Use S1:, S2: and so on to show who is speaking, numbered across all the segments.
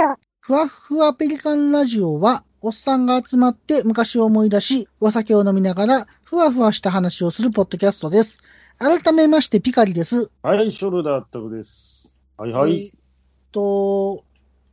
S1: オ。
S2: ふわっふわペリカンラジオは、おっさんが集まって昔を思い出し、お酒を飲みながら、ふわふわした話をするポッドキャストです。改めまして、ピカリです。
S3: はい、ショルダータクです。はいは
S2: えー
S3: い。
S2: っと、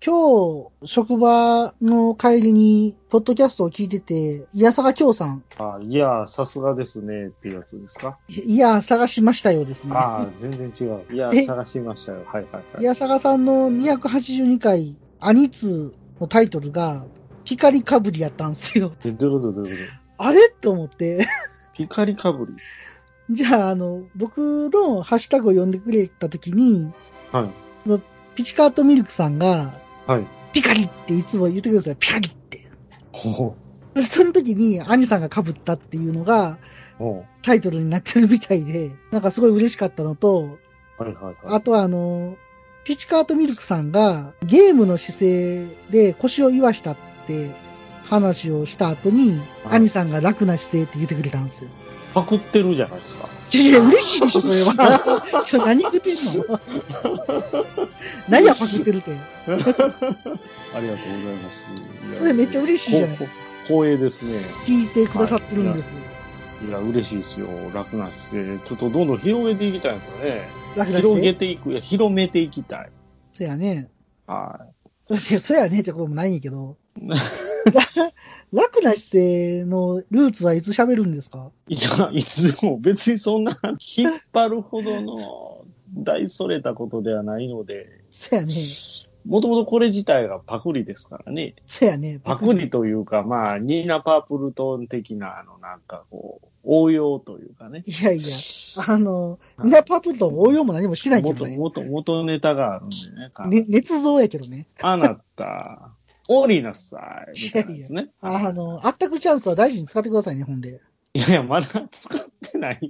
S2: 今日、職場の帰りに、ポッドキャストを聞いてて、いやさがきょうさん、
S3: あいやー、さすがですね、っていうやつですか。
S2: いや、探しましたようですね。
S3: ああ、全然違う。いや
S2: え
S3: ー、探しましたよ。はいはいはい。
S2: いやさがさんの282回、アニツのタイトルが、ピカリかぶりやったんですよ。
S3: えどういうことどういうこ
S2: あれと思って。
S3: とピカリかぶり。
S2: じゃあ、あの、僕のハッシュタグを読んでくれたときに、
S3: はい
S2: のピチカートミルクさんが、
S3: はい
S2: ピカリっていつも言ってください。ピカリって。
S3: ほ
S2: でその時に、アニさんが被ったっていうのが、
S3: う。ほ
S2: タイトルになってるみたいで、なんかすごい嬉しかったのと、
S3: う。はいはいはい。
S2: あとはあの、ピチカートミルクさんが、ゲームの姿勢で腰を言わしたって話をした後に、
S3: はい
S2: アニさんが楽な姿勢って言ってくれたんですよ。
S3: パクってるじゃないですか。
S2: いやいや、嬉しいでしょ、それ は。ちょ、何食ってん の何や、パクってるって。
S3: ありがとうございます。
S2: それめっちゃ嬉しいじゃない
S3: い
S2: で
S3: や
S2: すか。
S3: こ光栄です
S2: 聞いてくださってるんです。
S3: ね。いや、嬉しいですよ。楽な姿勢。ちょっとどんどん広げていきたいですよね。
S2: 楽だ
S3: 広げ
S2: して。
S3: ていく。いや、広めていきたい。
S2: そやね。
S3: はい
S2: やそやねってこともないんやけ ど。楽な姿勢のルーツはいつ喋るんですか
S3: い。いや、いつでも別にそんな引っ張るほどの大それたことではないので。
S2: そやね。
S3: もともとこれ自体がパクリですからね。
S2: そやね。
S3: パクリというか、まあ、ニーナ・パープルトン的な、あの、なんかこう、応用というかね。
S2: いやいや、あの、みんなパープルと応用も何もしてないけど
S3: 元、
S2: ね。
S3: 元、元ネタがあるんでね。か
S2: ね、捏造やけどね。
S3: あなた、降りなさい、みたいなですね。
S2: あの、あったくチャンスは大事に使ってくださいね、ほんで。
S3: いやいや、まだ使ってないんで、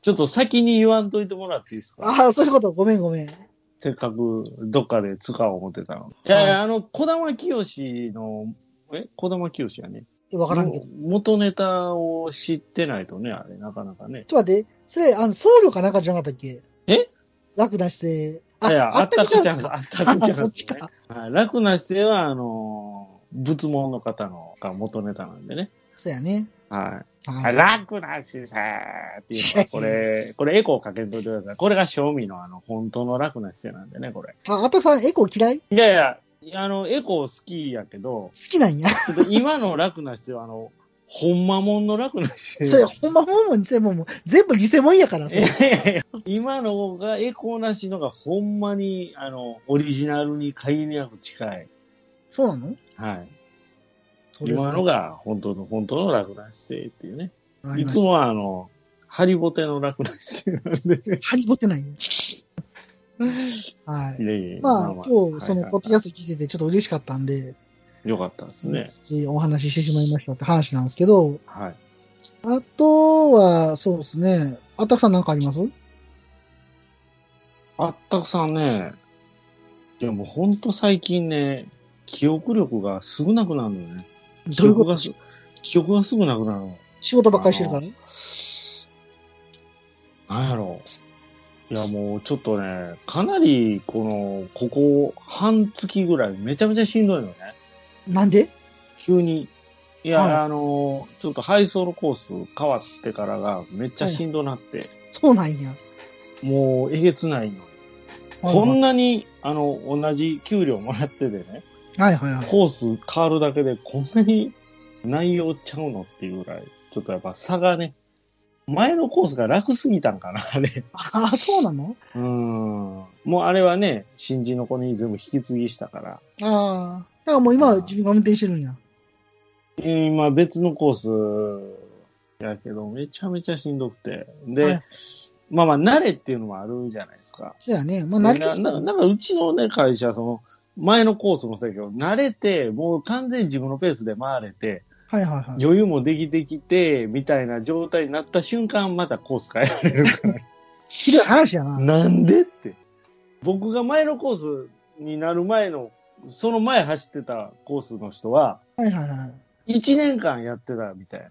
S3: ちょっと先に言わんといてもらっていいですか
S2: ああ、そういうこと、ごめんごめん。
S3: せっかくどっかで使おう思ってたの。いやいや、あの、小玉清の、え小玉清やね。
S2: わからんけど。
S3: 元ネタを知ってないとね、あれ、なかなかね。
S2: ちょっと待って、それ、あの、僧侶かなんかじゃなかったっけ
S3: え
S2: 楽出して、
S3: いや
S2: あ、あったくチャンスか。
S3: あったくチャンス。あったくチャンス
S2: あそっちか。
S3: はい楽な姿勢は、あのー、仏門の方のが元ネタなんでね。
S2: そうやね。
S3: はい。
S2: は
S3: 楽な姿勢っていうのは、これ、これエコーかけんといてください。これが正味のあの、本当の楽な姿勢なんでね、これ。
S2: い。あ、あたくさん、エコー嫌い好
S3: いやいや、あの、エコー好きやけど、
S2: きなんや。
S3: ちょっと今の楽な姿勢は、あの、ほんまもんの楽な姿勢。
S2: それ、ほんまもんも偽物も、全部偽物やから、そ
S3: い
S2: れ
S3: やいやいや今の方がエコーなしのがほんまにあのオリジナルに限りなく近い、
S2: そうなの
S3: はい、
S2: そうです
S3: 今
S2: か
S3: のが本当の本当の楽な姿勢っていうね
S2: わかり
S3: い
S2: ま
S3: つ
S2: した
S3: もはあのハリボテの楽な姿勢なんで
S2: ハリボ テないね。はいい。
S3: やいや
S2: まあ、今日、その、ポッドキャ
S3: ス
S2: スト聞いてて、ちょっと嬉しかったんで、
S3: トよかったですね、
S2: ついお話ししてしまいましたって話なんですけど、
S3: はい、
S2: あとは、そうですね。あたくさんなんかあります
S3: あったくさんねいやもうほんと最近ね記憶力が少なくなるのよね
S2: ど
S3: 記
S2: ういうこと
S3: 憶がす記憶がすぐなくなるの
S2: 仕事ばっかりしてるから
S3: なんやろいや、もうちょっとね、かなり、この、ここ、半月ぐらい、めちゃめちゃしんどいのね。
S2: なんで
S3: 急に。いや、
S2: はい
S3: あの、ちょっと配送のコース変わってからが、めっちゃしんどなって、
S2: そうなんや。
S3: もう、えげつないの。こんなに、あの、同じ給料もらっててね、
S2: はいはいはい。
S3: コース変わるだけで、こんなに内容ちゃうのっていうぐらい、ちょっとやっぱ差がね、前のコースが楽すぎたんかな、あれ。
S2: ああ、そうなの
S3: うーんもうあれはね、新人の子に全部引き継ぎしたから、
S2: ああ。だからもう今は自分が運転してるんや。
S3: 今別のコースやけど、めちゃめちゃしんどくて。で、
S2: はい
S3: まあまあ、慣れっていうのもあるじゃないですか。
S2: そうやね。まあ、なり
S3: で
S2: た
S3: な
S2: きた
S3: ななんかうちのね、会社、その、前のコースもそうやけど、慣れて、もう完全に自分のペースで回れて、
S2: はいはいはい。
S3: 余裕もできてきて、みたいな状態になった瞬間、またコース変えられるから。
S2: ひどい話やな。
S3: なんでって。僕が前のコースになる前の、その前走ってたコースの人は、
S2: はいはいはい。
S3: 1年間やってたみたい。
S2: あ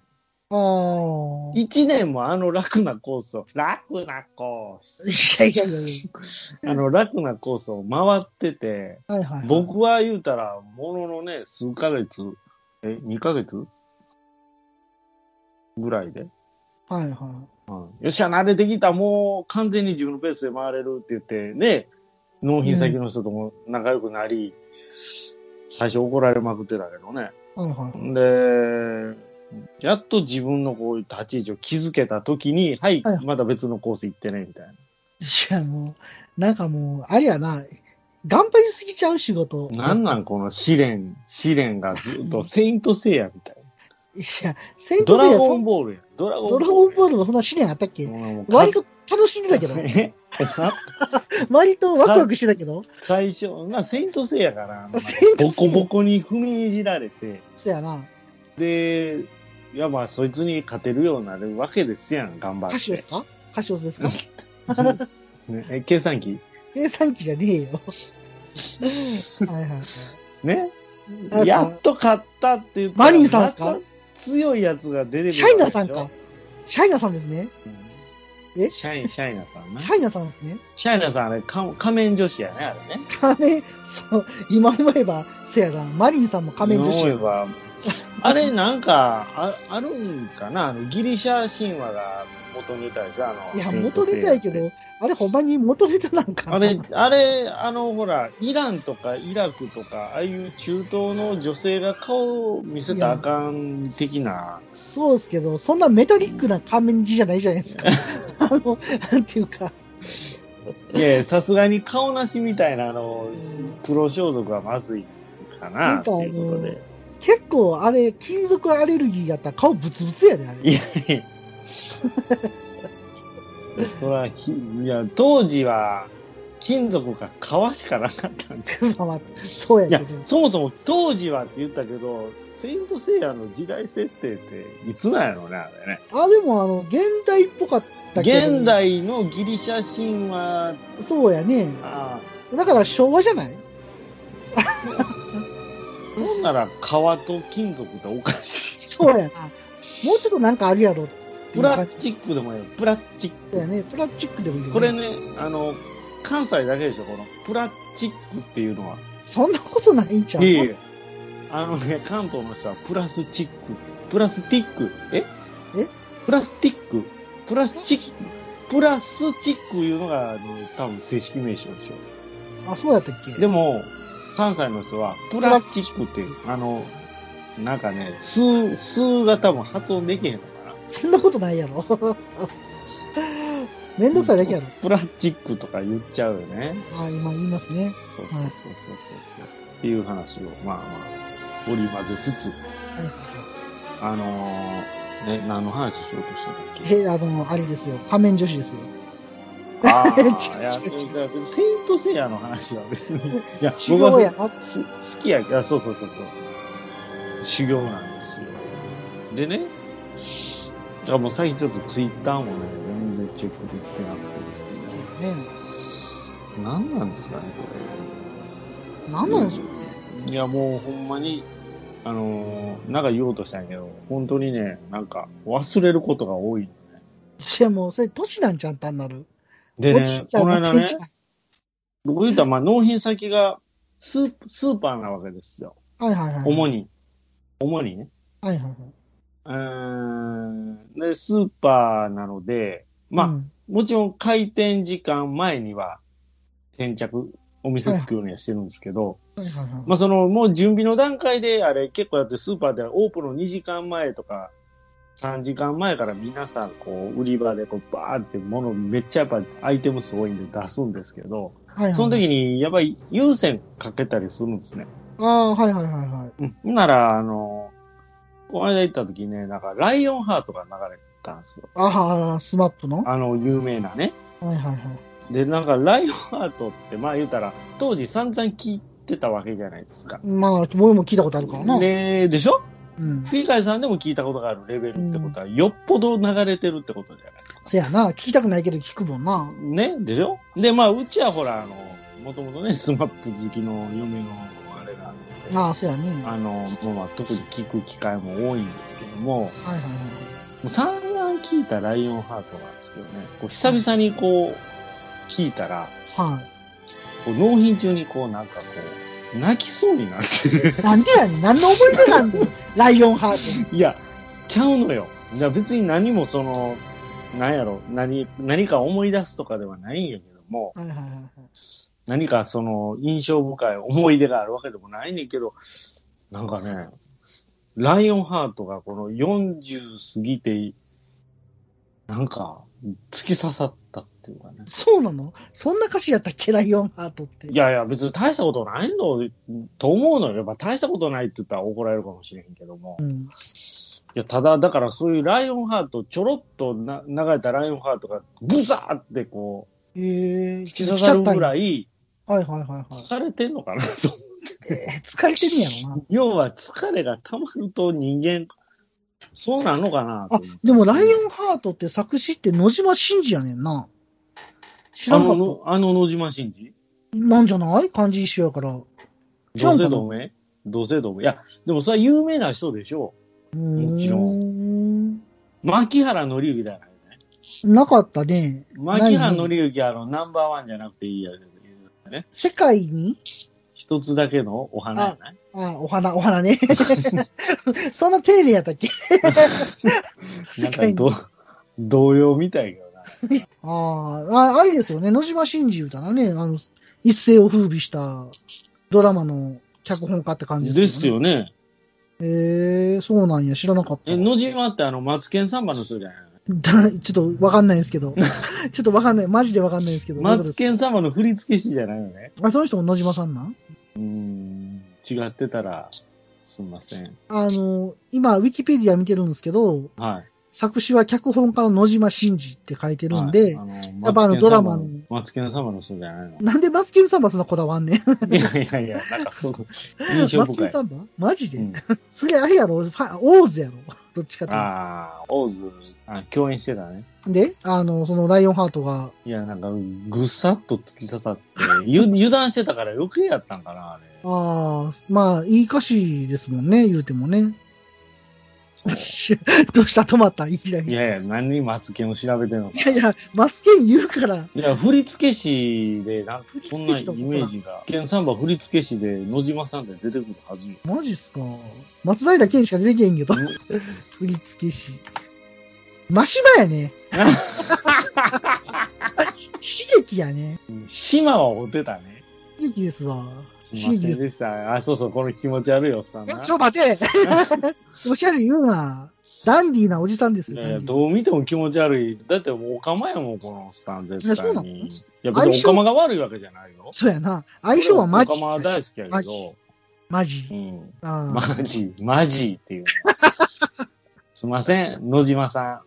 S2: あ。
S3: 一年もあの楽なコースを、楽なコース。
S2: いやいやいやい
S3: あの楽なコースを回ってて、
S2: や。はいはい、はい。
S3: 僕は言うたら、もののね、数ヶ月、え、2ヶ月ぐらいで。
S2: はいは
S3: よっしゃ、慣れてきた、もう完全に自分のペースで回れるって言って、ね、納品先の人とも仲良くなり、最初怒られまくってたけどね。
S2: い。はいはい。
S3: で、やっと自分のこういう立ち位置を気づけた時に、はい、
S2: はい
S3: まだ別のコース行ってね、みたい
S2: いやもう、なんかもう、あれやな、頑張りすぎちゃう仕事。
S3: な。なんなんこの試練、試練がずっと、セイントセイヤみたいな。
S2: いや、セン
S3: ド
S2: トセイ
S3: ラ
S2: ヤ
S3: ゴ
S2: そ
S3: ン
S2: ん
S3: ボールや。ドラゴン
S2: ド
S3: ボール
S2: ラゴンボールもそんな試練あったっけ
S3: もうもうか
S2: 割と楽しんでたけど、
S3: えな
S2: 割とワクワクしてたけど、
S3: 最初、まあ、セイントセイヤかな。
S2: セイント
S3: ボ
S2: セイ
S3: コ
S2: ヤ
S3: ボコに踏みにじられて、
S2: そやな、
S3: で、いやまあ、そいつに勝てるようになるわけですやん、頑張
S2: カシオ
S3: っ
S2: スかカシオスですか
S3: て。 ね、え計算機
S2: 計算機じゃねえ よ。はいはいはい。
S3: ね
S2: あそう
S3: やっと勝ったって言ったら
S2: マリンさんっすか
S3: また強いやつが出れる
S2: シャイナさんか。シャイナさんですね。
S3: うん
S2: え
S3: シャイン、シャイナさんな
S2: シ。ャイナさんですね。
S3: シャイナさん、あれ、か仮面女子やね、あれね。
S2: 仮面、そう、今思えば、せやな、マリンさんも仮面女子
S3: 思え
S2: や。
S3: ばあれ、なんか、ああるんかなあの、ギリシャ神話が元ネタでしょあの。
S2: いや、
S3: セイン
S2: 元
S3: トセイ
S2: 出
S3: ヤ
S2: たやけど、あれほんまに元出たなんかな。
S3: あれ、あれ、あの、ほら、イランとかイラクとか、ああいう中東の女性が顔を見せたらあかん的な。
S2: そうですけど、そんなメタリックな仮面字じゃないじゃない ですか。あの、なんていうか、
S3: いやいや、さすがに顔なしみたいな、あの
S2: ん、
S3: プロ装束はまずいかな、
S2: って
S3: と
S2: い
S3: いう
S2: か
S3: うことで。
S2: 結構あれ、金属アレルギーやったら顔ブツブツやで、あれ。
S3: いやいや。そら、ひいや、当時は、金属か革しかなかったんじゃ
S2: まあまあそう
S3: い
S2: や
S3: や
S2: けど、。
S3: そもそも当時はって言ったけど、セイントセイヤの時代設定っていつなんやろうね、あれね。
S2: あ、でもあの、現代っぽかったけど。
S3: 現代のギリシャ神話
S2: そうやね。
S3: あ
S2: だから昭和じゃない
S3: ほんなら革と金属っておかしい
S2: そうやな。もうちょっとなんかあるやろ。
S3: プラスチックでもいいよプラスチッ
S2: そうや
S3: ク
S2: ね。プラスチックでもいいよ、ね。
S3: これねあの関西だけでしょこのプラスチックっていうのは
S2: そんなことないんちゃう
S3: いえいえあのね関東の人はプラスチックプラスティックえ
S2: え
S3: プラスティックプラスチックプラスチックいうのがあの多分正式名称でしょ
S2: あ、そうやったっけ
S3: でも、関西の人は、プラチックって、あの、なんかね、数、数が多分発音できへんのかな。
S2: そんなことないやろ。 めんどくさいだけやろ。
S3: プラチックとか言っちゃうよね。
S2: あ、今言いますね。
S3: そうそうそうそうそうそう。っていう話を、まあまあ、織り交ぜつつ、
S2: はい
S3: あのー、ね、何の話しようとしたんだっけ
S2: え、あの、あれですよ。仮面女子ですよ。
S3: ああ、
S2: 違う違う
S3: いや、だからセイントセイヤの話は別に。い や、
S2: 修
S3: 僕は
S2: 行やな。
S3: す好きやあそうそうそうそう修行なんですよでねだからもう最近ちょっとツイッターもね全然チェックできてなくて
S2: ね
S3: ですね何なんですかねこ
S2: なんなんでしょうね。
S3: れいやもうほんまにあのー、なんか言おうとしたんやけど本当にねなんか忘れることが多い
S2: いや、もう、それ、都市なんちゃん単なる。
S3: で
S2: おじい
S3: ね
S2: ちゃん
S3: この間ね
S2: おじいちゃ
S3: 僕言ったらまあ納品先がスースーパーなわけですよ
S2: んはいはいはい。
S3: 主に主にね
S2: はいはいはい。
S3: うーんで、スーパーなので、まあ、
S2: うん
S3: もちろん開店時間前には、先着、お店つくようにはしてるんですけど、
S2: はいはいはい
S3: まあ、その、もう準備の段階で、あれ、結構だってスーパーではオープンの2時間前とか、3時間前から皆さん、こう、売り場で、こう、バーって物、めっちゃやっぱアイテムすごいんで出すんですけど、
S2: はいはい
S3: その時に、やっぱり優先かけたりするんですね。
S2: ああ、はいはいはいはい。
S3: うん。なら、あの、この間行った時ね、なんか、ライオンハートが流れたんですよ。
S2: ああ、スマップのは
S3: あの、有名なね。
S2: いはいはい。
S3: で、なんか、ライオンハートって、まあ言うたら、当時散々聞いてたわけじゃないですか。
S2: まあ、俺も聞いたことあるからな。
S3: で、でしょ
S2: うん。
S3: ピーカイさんでも聞いたことがあるレベルってことは、よっぽど流れてるってことじゃないですか。
S2: せやな、聞きたくないけど聞くもんな。
S3: ねでしょで、まあ、うちはほら、あの、もともとね、スマップ好きの嫁のあれなんで、
S2: ああ、せやね。はい
S3: あの、まあまあ、特に聞く機会も多いんですけど
S2: はい
S3: も、
S2: はい
S3: う散々聞いたライオンハートなんですけどね、こう久々にこう、聞いたら、
S2: はい。
S3: こう納品中にこうなんかこう、泣きそうになってる。
S2: なんでやねん。何の思い出なんだよ。 ライオンハー
S3: いや、ちゃうのよ。じゃあ別に何もその、なんやろ、何、何か思い出すとかではないんやけども、
S2: ト。はいはいはいはい。
S3: 何かその印象深い思い出があるわけでもないねんけど、なんかね、ライオンハートがこの40過ぎて、なんか、突き刺さったっていうかね。
S2: そうなのそんな歌詞やったっけライオンハートって。
S3: いやいや、別に大したことないの、と思うのよ。やっぱ大したことないって言ったら怒られるかもしれへんけども。
S2: うん。
S3: いや、ただ、だからそういうライオンハート、ちょろっとな流れたライオンハートが、ブサーってこ
S2: えー、
S3: う、突き刺さるぐ
S2: い。
S3: らい、
S2: はいはいはいはい。
S3: 疲れてんのかな と。
S2: えー疲れてるんやろな。
S3: 要は、疲れが溜まると人間、そうなのかなと
S2: あ、でもライオンハートって作詞って野島真二やねんな。知らんか
S3: あ
S2: っ
S3: の、あの野島真司
S2: た。なんじゃない漢字一緒やから。知ら
S3: 同
S2: んか
S3: 姓
S2: な
S3: 同名同姓同名。いや、でもそれは有名な人でしょ
S2: も
S3: ちろ
S2: ん。
S3: う。牧原紀之だよね。
S2: なかったね。
S3: 牧原紀之はあの、ナンバーワンじゃなくていいやけど
S2: 世界に
S3: 一つだけのお花やない
S2: あ、お花、お花 ね。そんな丁寧やったっけ世
S3: な
S2: 界
S3: んかど
S2: に。
S3: 同様みたいけどな。
S2: あーあ、あれですよね。野島真二歌だね。あの、一世を風靡したドラマの脚本家って感じ
S3: で
S2: です
S3: す
S2: よね。
S3: よね。
S2: ええー、そうなんや。知らなかった。
S3: え、野島ってあの、マツケンサンバの人じゃない
S2: だちょっとわかんないですけ ど。ちょっとわかんない。マジでわかんないですけど。
S3: マ
S2: どういう
S3: ツ
S2: ことで
S3: ケンサンバの振付師じゃないのね。
S2: すかあ、その人も野島さんなん
S3: うーん、違ってたら、すんません。
S2: あの、今、ウィキペディア見てるんですけど、
S3: はい。
S2: 作詞は脚本家の野島真二って書いてるんで、
S3: はい
S2: やっぱあのドラマの。
S3: マツケンサンバの人じゃないの
S2: なんでマツケンサンバそんなこだわんねん。
S3: いやいやいや、なんかすごく
S2: マ
S3: 印象
S2: ツケ
S3: 深
S2: ン
S3: い。
S2: サンバマジで、
S3: うん
S2: それあれやろファオーズやろ どっちかっていう
S3: ああ、オーズ、あ、共演してたね。
S2: と。で、あの、そのライオンハートが、
S3: いや、なんか、ぐさっと突き刺さって、ゆ油断してたから余計やったんかな、あれ。
S2: ああ、まあ、いい歌詞ですもんね、言うてもね。 どうした止まったいきなり。
S3: い
S2: い
S3: やいや、何にマツケンを調べてんのか。
S2: やいや、マツケン言うから、
S3: いや、振付師で、なんか
S2: 振、付
S3: そ
S2: 師
S3: ん
S2: と
S3: な
S2: か
S3: イメージが。ケンサンバ振付師で、野島さんって出てくるはずよ。
S2: マジっすか。松平健しか出てけへんけど。 振り付け師。真島や ね。 刺激やね。
S3: 島は追ってたね。
S2: 刺激ですわ。
S3: すいま
S2: 刺激
S3: せ
S2: で
S3: ん
S2: す。
S3: でした。あ、そうそう、この気持ち悪いおっさん
S2: い
S3: な
S2: や。ちょ、待 ておしゃれ言うな。ダンディーなおじさんです
S3: い
S2: よ。
S3: やい
S2: ダ
S3: や、
S2: ンディー
S3: どう見ても気持ち悪い。だってもう、おかまやもん、このおっさん、絶
S2: いやそう
S3: 対
S2: なの
S3: に。いや、別におかまが悪いわけじゃないよ。
S2: そうやな。相性はマジ
S3: お。かまは大好きや
S2: マ
S3: け
S2: ジ
S3: ど、
S2: マ
S3: う
S2: ジ。
S3: ん。
S2: あ
S3: マ
S2: あ
S3: ジ、マジって いうのは。すいません、野島さん。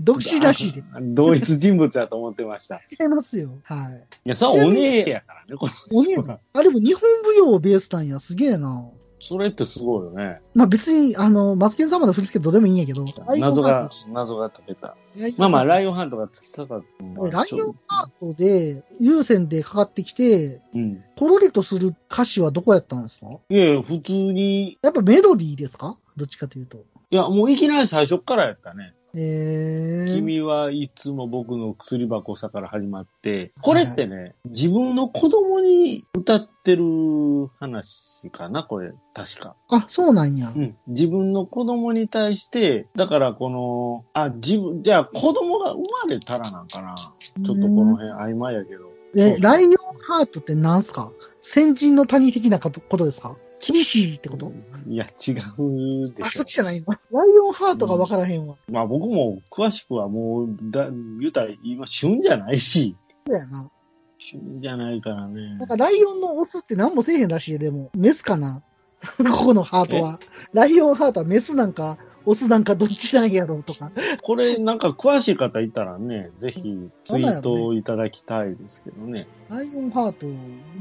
S2: 独身らしいで。
S3: 同一人物だと思ってました。い
S2: 違いますよ。はい。
S3: や、さあ、お姉やからね、この人は
S2: お姉やあ、でも日本舞踊をベースなんや。すげえな。
S3: それってすごいよね。
S2: まあ別に、あの、マツケン様の振り付けどうでもいいんやけど。
S3: 謎が、謎が解けた。まあまあ、ライオンハントが突き刺さったのは。
S2: ライオンハートで、優先でかかってきて、
S3: うん。
S2: ほろりとする歌詞はどこやったんですか
S3: いやいや、普通に、
S2: やっぱメロディーですかどっちかというと。
S3: いや、もういきなり最初からやったね。
S2: えー、
S3: 君はいつも僕の薬箱さから始まって、これってね、自分の子供に歌ってる話かな、これ、確か。
S2: あ、そうなんや。
S3: うん。自分の子供に対して、だからこの、あ、自分、じゃあ子供が生まれたらなんかな。ちょっとこの辺曖昧やけど。
S2: え、
S3: そう
S2: ライオンハートってなんすか先人の谷的なことことですか厳しいってこと
S3: いや、違うで
S2: あ、
S3: し
S2: そ
S3: ょ
S2: っ。ちじゃないのライオンハートがわからへんわ。
S3: まあ僕も詳しくはもう、だ言うたら今、旬じゃないし、
S2: そうやな。
S3: 旬じゃないからね
S2: なん。かライオンのオスって何もせえへんらしいでも、メスかな ここのハートは。ライオンハートはメスなんか、オスなんかどっちなんやろうとか。
S3: これなんか詳しい方いたらね、ぜひツイートをいただきたいですけどね。
S2: ライオンハート、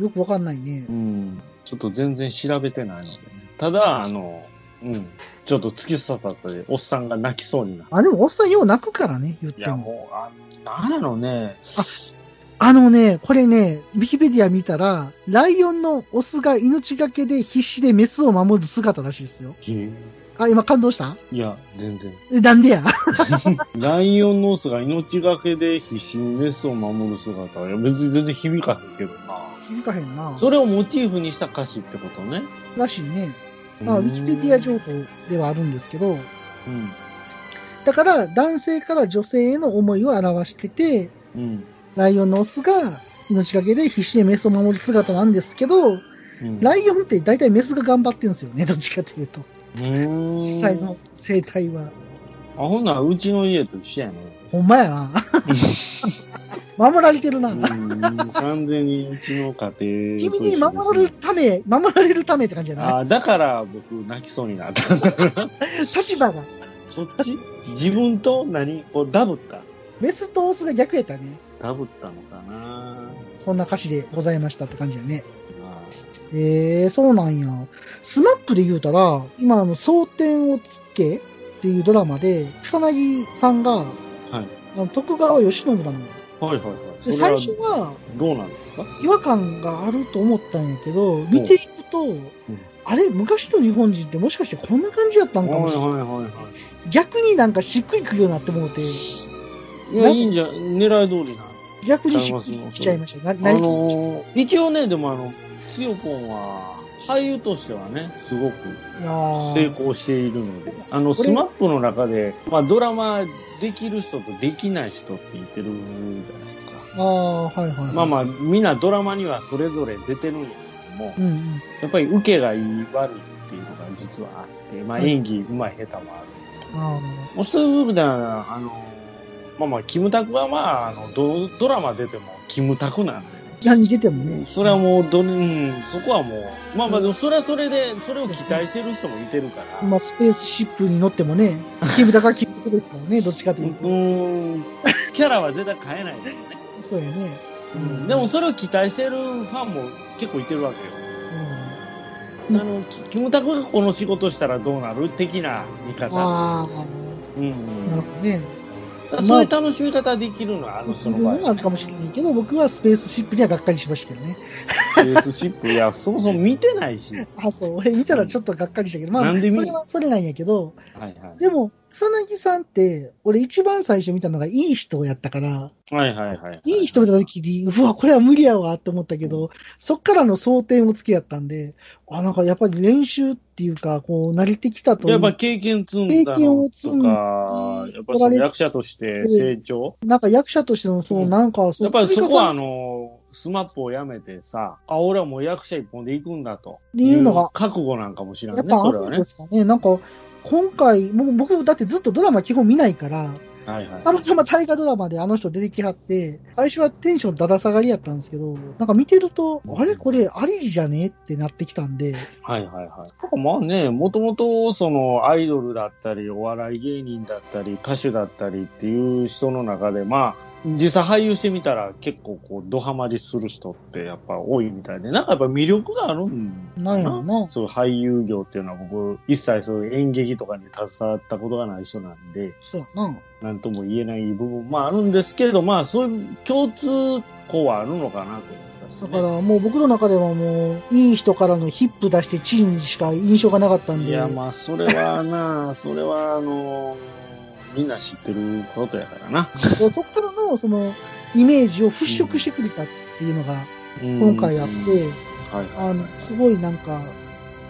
S2: よくわかんないね
S3: う。ん。ちょっと全然調べてないので、ね。ただ、あの、うん。ちょっと突き刺さったで、おっさんが泣きそうになる。
S2: あ、でもおっさんよう泣くからね、言っ
S3: い
S2: て
S3: や、
S2: も。
S3: もう、あなんやろね。
S2: あのね、これね、ウィキペディア見たら、ライオンのオスが命がけで必死でメスを守る姿らしいですよ。
S3: へえ
S2: あ、今感動した
S3: いや、全然。
S2: えなんでや
S3: ライオンのオスが命がけで必死にメスを守る姿は、いや別に全然響かへんけどな。
S2: 響かへんな。
S3: それをモチーフにした歌詞ってことね。
S2: らしいね。まあ、ウ
S3: うん
S2: ィキペディア情報ではあるんですけど、
S3: うん。
S2: だから男性から女性への思いを表してて、
S3: うん。
S2: ライオンのオスが命がけで必死でメスを守る姿なんですけど、
S3: うん
S2: ライオンって大体メスが頑張ってるんですよね、どっちかというと。
S3: うーん
S2: 実際の生態は。
S3: あ、ほんならうちの家と一緒や ね。
S2: ほんまやな。守られてるな。
S3: うん完全にうちの家庭と一緒
S2: 君
S3: ですね
S2: に守るため、守られるためって感じだな。
S3: あだから僕泣きそう になった。
S2: 立場が。
S3: そっち自分と何こうダブった
S2: メスとオスが逆やったね。
S3: ダブったのかな
S2: そんな歌詞でございましたって感じだね。
S3: あ
S2: えー、そうなんや。スマップで言うたら、今、あの、蒼天をつけっていうドラマで、草薙さんが、あの徳川慶喜なの。
S3: はいはいはい。
S2: で、
S3: それ
S2: 最
S3: は
S2: 初は
S3: どうなんですか
S2: 違和感があると思ったんやけど、見ていくと、あれ、昔の日本人ってもしかしてこんな感じやった
S3: は
S2: ん
S3: い
S2: かも
S3: は
S2: し
S3: い
S2: れない。
S3: はいは
S2: 逆になんかしっくりくるようになってもうて、
S3: い。いや、いいんじゃ、狙い通りな。
S2: 逆にしっくりきちゃいました。な、
S3: あ
S2: なりきり
S3: のー、一応ね、でもあの、つよぽんは、俳優としてはね、すごく
S2: いやー
S3: 成功しているので、あの、
S2: これ
S3: スマップの中で、まあ、ドラマできる人とできない人って言ってるじゃないですか。
S2: ああー、はいはいはい。
S3: まあまあ、みんなドラマにはそれぞれ出てるんやけども、
S2: うんうん。
S3: やっぱり受けがいい悪いっていうのが実はあって、まあ、演技うまい下手もある。
S2: あ
S3: もうすぐだな、あの、まあまあ、キムタクはまあ、あの、ドドラマ出てもキムタクなんでね。
S2: ーいや、似ててもね。
S3: それはもうど、うん、そこはもう、まあまあ、でもそれはそれで、それを期待してる人もいてるから、
S2: まあ、スペースシップに乗っても ね、キムタかキムタクですからね、どっちかと
S3: う
S2: いうと。
S3: ん、キャラは絶対変えないですね。
S2: そうやね。
S3: うんでも、それを期待してるファンも結構いてるわけよ。
S2: うん
S3: あの、キキムタクがこの仕事したらどうなる的な見方。
S2: あ
S3: うん。
S2: あ、なるほどね。
S3: だからそういう楽しみ方できるのは、あの
S2: 自
S3: 人の
S2: 分
S3: 場合。
S2: はあるかもしれないけど、僕はスペースシップにはがっかりしましたけどね。
S3: ベースシ ップ、いや、そもそも見てないし。はい
S2: あ、そう。俺見たらちょっとがっかりしたけど、まあ、
S3: なんで見
S2: それはそれなんやけど、
S3: はい。
S2: でも、草薙さんって、俺一番最初見たのがいい人をやったから、
S3: はいはいはい。
S2: いい人見た時に、うわ、これは無理やわって思ったけど、そっからの想定もつけやったんで、あ、なんかやっぱり練習っていうか、こう、慣れてきたと
S3: やっ
S2: 思
S3: ぱ
S2: う。
S3: 経験積んだ
S2: 経験
S3: の
S2: を積
S3: と
S2: んで
S3: か、やっぱその役者として成長。
S2: なんか役者としての、その、
S3: うん
S2: なんか、その
S3: やっぱりそこはあ
S2: 積み重ね
S3: の、スマップをやめてさ、あ、俺はもう役者一本で行くんだと。
S2: っていうのが
S3: 覚悟なんかもしら
S2: や
S3: ん
S2: っ
S3: ね、
S2: ぱ
S3: そ
S2: あ
S3: れ
S2: る
S3: は
S2: ん
S3: ね
S2: で。すかね。なんか、今回、もう僕、だってずっとドラマ基本見ないから、
S3: はいはい。
S2: たまたま大河ドラマであの人出てきはって、最初はテンションだだ下がりやったんですけど、なんか見てると、あれこれありじゃねってなってきたんで、
S3: はいはいはい。なんかまあね、もともとそのアイドルだったり、お笑い芸人だったり、歌手だったりっていう人の中で、まあ、実際俳優してみたら結構こう、ドハマりする人ってやっぱ多いみたいで、なんかやっぱ魅力があるんだ
S2: なんやろな。
S3: そういう俳優業っていうのは僕、一切そういう演劇とかに携わったことがない人なんで、
S2: そうやな。
S3: なんとも言えない部分もあるんですけれど、まあそういう共通項はあるのかなと思います
S2: だ
S3: ね。
S2: からもう僕の中ではもう、いい人からのヒップ出してチーンしか印象がなかったん
S3: い
S2: で、
S3: や、まあ、それはな、それは、あのみんな知ってることやからな。
S2: でそこからのその、イメージを払拭してくれたっていうのが今
S3: 今
S2: 回あっ
S3: はい
S2: て、
S3: はい
S2: あの、すごいなんか、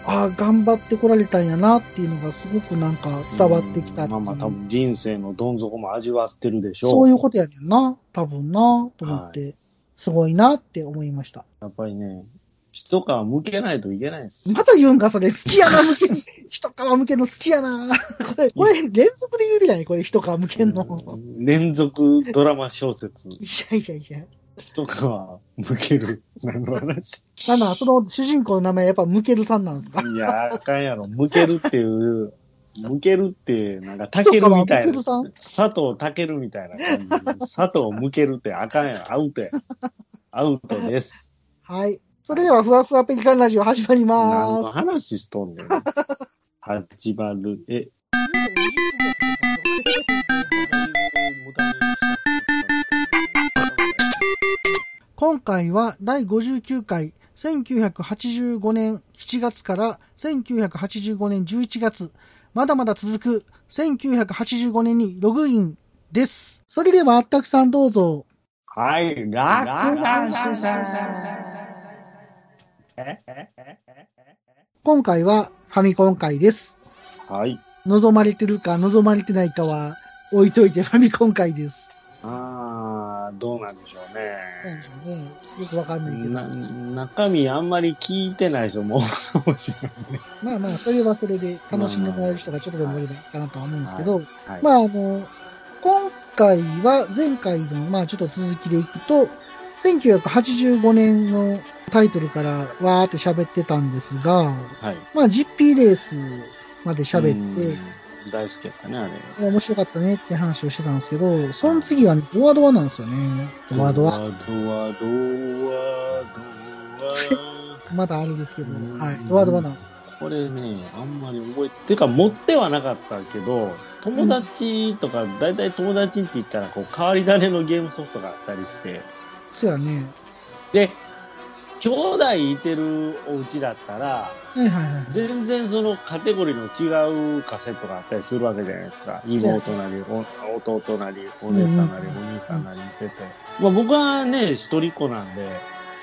S2: ああ、頑張ってこられたんやなっていうのがすごくなんか伝わってきたってい
S3: まあ
S2: う
S3: まあ、多分人生のどん底も味わってるでしょう。
S2: そういうことやねんな、多分な、と思って、すごいなって思いました。
S3: やっぱりね、一皮向けないといけないんですよ。
S2: また言うんか、それ、好きやな、向け、一皮向けの好きやな。これ、これ、連続で言うてないこれ、一皮向けんの。
S3: うん連続ドラマ小説、
S2: いやいやいや。
S3: 一皮向 ける。何の話
S2: なんなん、その主人公の名前、やっぱ、向けるさんなんですか
S3: いや、あかんやろ。向けるっていう、向けるって、なんか、たけるみたい
S2: 一皮むけ
S3: な。
S2: るさん
S3: 佐藤たけるみたいな感じで。佐藤向けるってあかんやろ。アウトや。アウトです。
S2: はい。それでは、ふわふわペリカンラジオ始まり
S3: 何
S2: ま
S3: の
S2: す。
S3: 話しとんねん。始まる。え。
S2: 今回は、第59回、1985年7月から1985年11月まだまだ続く1985年にログインです。それではあったくさんどうぞ。
S3: はい、楽な主催。
S2: 今回はファミコン回です。
S3: はい。
S2: 望まれてるか望まれてないかは置いといてファミコン回です。
S3: ああ、どうなんでしょう
S2: なん
S3: ね
S2: で。しょうね。よくわかんないけど。
S3: な中身あんまり聞いてない人も多いかもしれ
S2: まあまあ、それはそれで楽しんでもらえる人がちょっとでもいればいいかなとは思うんですけど、
S3: ない。は い、
S2: まああの、今回は前回の、まあちょっと続きでいくと、1985年のタイトルからわーって喋ってたんですが、
S3: はい、
S2: まあ GP レースまで喋って、
S3: うん。大好きやったね、あれ。
S2: いや面白かったねって話をしてたんですけど、その次はね、ドアドアなんですよね。ドアドア。
S3: ドアドア、ドア、
S2: まだあれですけど、
S3: うん
S2: はい、ドアドアなんです。
S3: これね、あんまり覚えて、てか持ってはなかったけど、友達とか、大体友達って言ったら、こう、変わり種のゲームソフトがあったりして、
S2: そうやね。
S3: で、兄弟いてるお家だったら、
S2: はいはいはい。
S3: 全然そのカテゴリーの違うカセットがあったりするわけじゃないですか。妹なり、お弟なり、お姉さんなり、
S2: う
S3: お
S2: ん
S3: 兄さんなりいてて。まあ僕はね、一人っ子なんで、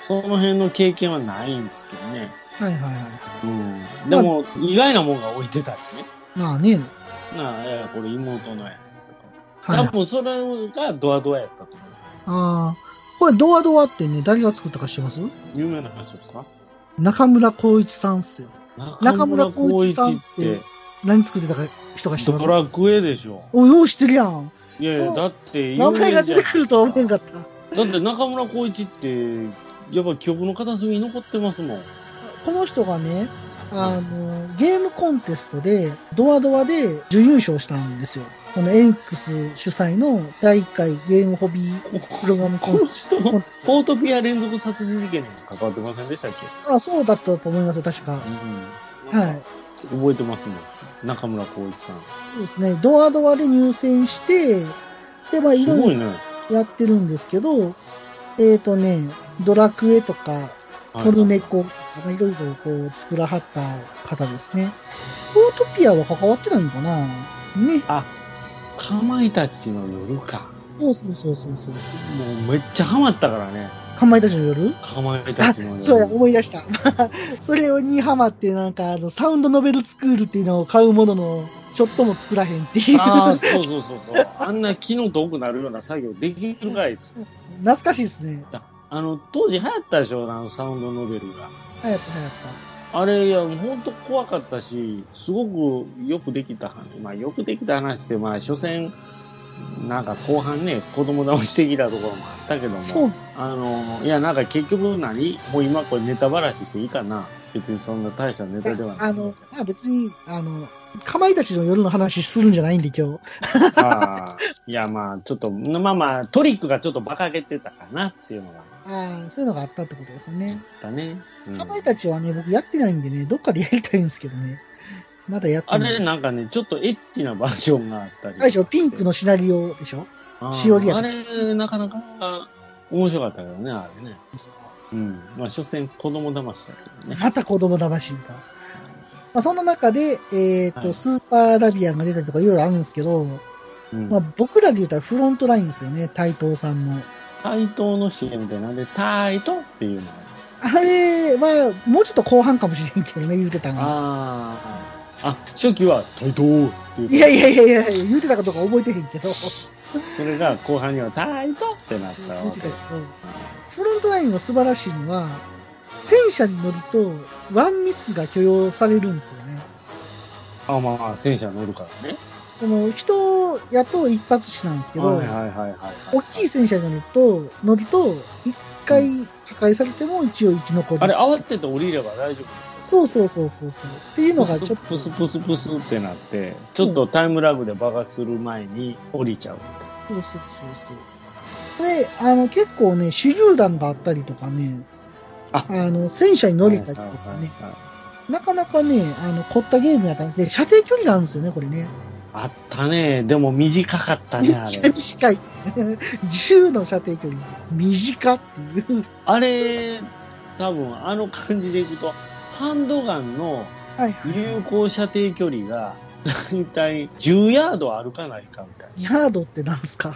S3: その辺の経験はないんですけどね。
S2: はいはいは
S3: うん。でも、意外なもんが置いてたりね。
S2: い。まあね。
S3: なあ、いやこれ妹のや。
S2: はい、
S3: 多
S2: はい。
S3: 分それがドアドアやったと思う。
S2: ああ。これドアドアってね、誰が作ったか知ってます
S3: 有名な話ですか
S2: 中村光一さんっすよ。中村
S3: 浩
S2: 光一さんって何作ってたか人が知ってます
S3: ドラクエでしょ。
S2: お、よう知ってるやん。
S3: いやい
S2: そ
S3: や、
S2: う
S3: だって
S2: 名
S3: 有名じゃ
S2: 前
S3: ん
S2: が出てくるとは思えんかった。
S3: だって中村浩一って、やっぱ記憶の片隅に残ってますもん。
S2: この人がね、あの、ゲームコンテストで、ドアドアで準優勝したんですよ。このエンクス主催の第1回ゲームホビープログラムコ
S3: こ
S2: ン
S3: の
S2: テス
S3: 人
S2: ト コ
S3: も
S2: ンテスト。
S3: ポートピア連続殺人事件にも関わってませんでしたっけ、
S2: あ、そうだったと思いますよ、確か。
S3: うん
S2: はい。
S3: 覚えてますもん。中村浩一さん。
S2: そうですね。ドアドアで入選して、で、まあ、い
S3: す
S2: ろい
S3: ご
S2: ろ
S3: いね。
S2: やってるんですけど、えっ、とね、ドラクエとか、トルネコとか、まあいろいろこう作らはった方ですね。オートピアは関わってないのかなね。
S3: あ、かまいたちの夜か。
S2: そうそうそうそうそう。
S3: もうめっちゃハマったからね。
S2: かまいたちの夜
S3: かまいた
S2: あ、
S3: ちの夜。
S2: そうや、思い出した。 それにハマって、なんか、あの、サウンドノベルスクールっていうのを買うものの、ちょっとも作らへんっていう。
S3: ああ、そうそうそうそう。あんな木の遠くなるような作業できるかいっつって
S2: 懐かしいですね。
S3: あの、当時流行ったでしょ、あのサウンドノベルが。
S2: はやったはやった。
S3: あれ、いや、本当怖かったし、すごくよくできた話、まあ、よくできた話って、まあ、所詮、なんか後半ね、子供直してきたところもあったけども、
S2: そう。
S3: あの、いや、なんか結局何もう今これネタばらししていいかな別にそんな大したネタではない。
S2: あの、まあ別に、あの、かまいたちの夜の話するんじゃないんで今日。
S3: ああいや、まあ、ちょっと、まあまあ、トリックがちょっと馬鹿げてたかなっていうのが
S2: ああ、そういうのがあったってことですよね。
S3: あったね。うん
S2: かまいたちはね、僕やってないんでね、どっかでやりたいんですけどね。まだやって
S3: あ
S2: ない。
S3: れ、なんかね、ちょっとエッチなバージョンがあったり。
S2: あれでしょ、ピンクのシナリオでしょ
S3: あー
S2: しおりや
S3: あれ、なかなか面白かったけどね、あれね。うん。まあ、所詮子供騙しだけどね。
S2: また子供騙しみたいな。まあ、そんな中で、えっ、と、
S3: はい
S2: スーパーラビアンが出たりとかいろいろあるんですけど、
S3: うん
S2: まあ、僕らで言うたらフロントラインですよね、台東さんの。
S3: 対等の CM ってなんで、対等っていうのが
S2: あれは、もうちょっと後半かもしれんけどね、言うてたのは。
S3: ああ。あ、初期は対等っていう。
S2: いやいやいやいや、言うてたかどうか覚えてへんけど。
S3: それが後半には対等ってなっ
S2: そう
S3: た
S2: 言
S3: わ
S2: って
S3: け
S2: たけ。どフロントナインの素晴らしいのは、戦車に乗ると、ワンミスが許容されるんですよね。
S3: あ、まあまあ、戦車乗るからね。
S2: この、人を雇う一発死なんですけど、
S3: はいはいはいはい。
S2: 大きい戦車に乗ると、乗ると、一回破壊されても一応生き残る。
S3: あれ、慌てて降りれば大丈夫ですよ。
S2: そうそうそうそうそう。っていうのがちょっと
S3: プ、スプスプスプスってなって、ちょっとタイムラグで爆発する前に降りちゃう。
S2: そうそうそうそう。で、あの、結構ね、手榴弾があったりとかね、
S3: あ
S2: あの、戦車に乗れたりと
S3: は
S2: か
S3: いはい
S2: ね、
S3: はいはい
S2: なかなかね、あの、凝ったゲームやったんですね。射程距離なんですよね、これね。
S3: あったね。でも短かった
S2: め
S3: ね、
S2: っ
S3: あ
S2: ちゃ
S3: れ。
S2: 短い。銃の射程距離、短って いう。
S3: あれ、多分あの感じでいくと、ハンドガン
S2: は
S3: の
S2: いはい。
S3: 有効射程距離が大体10ヤード歩かないかみたいな。
S2: ヤードってなんすか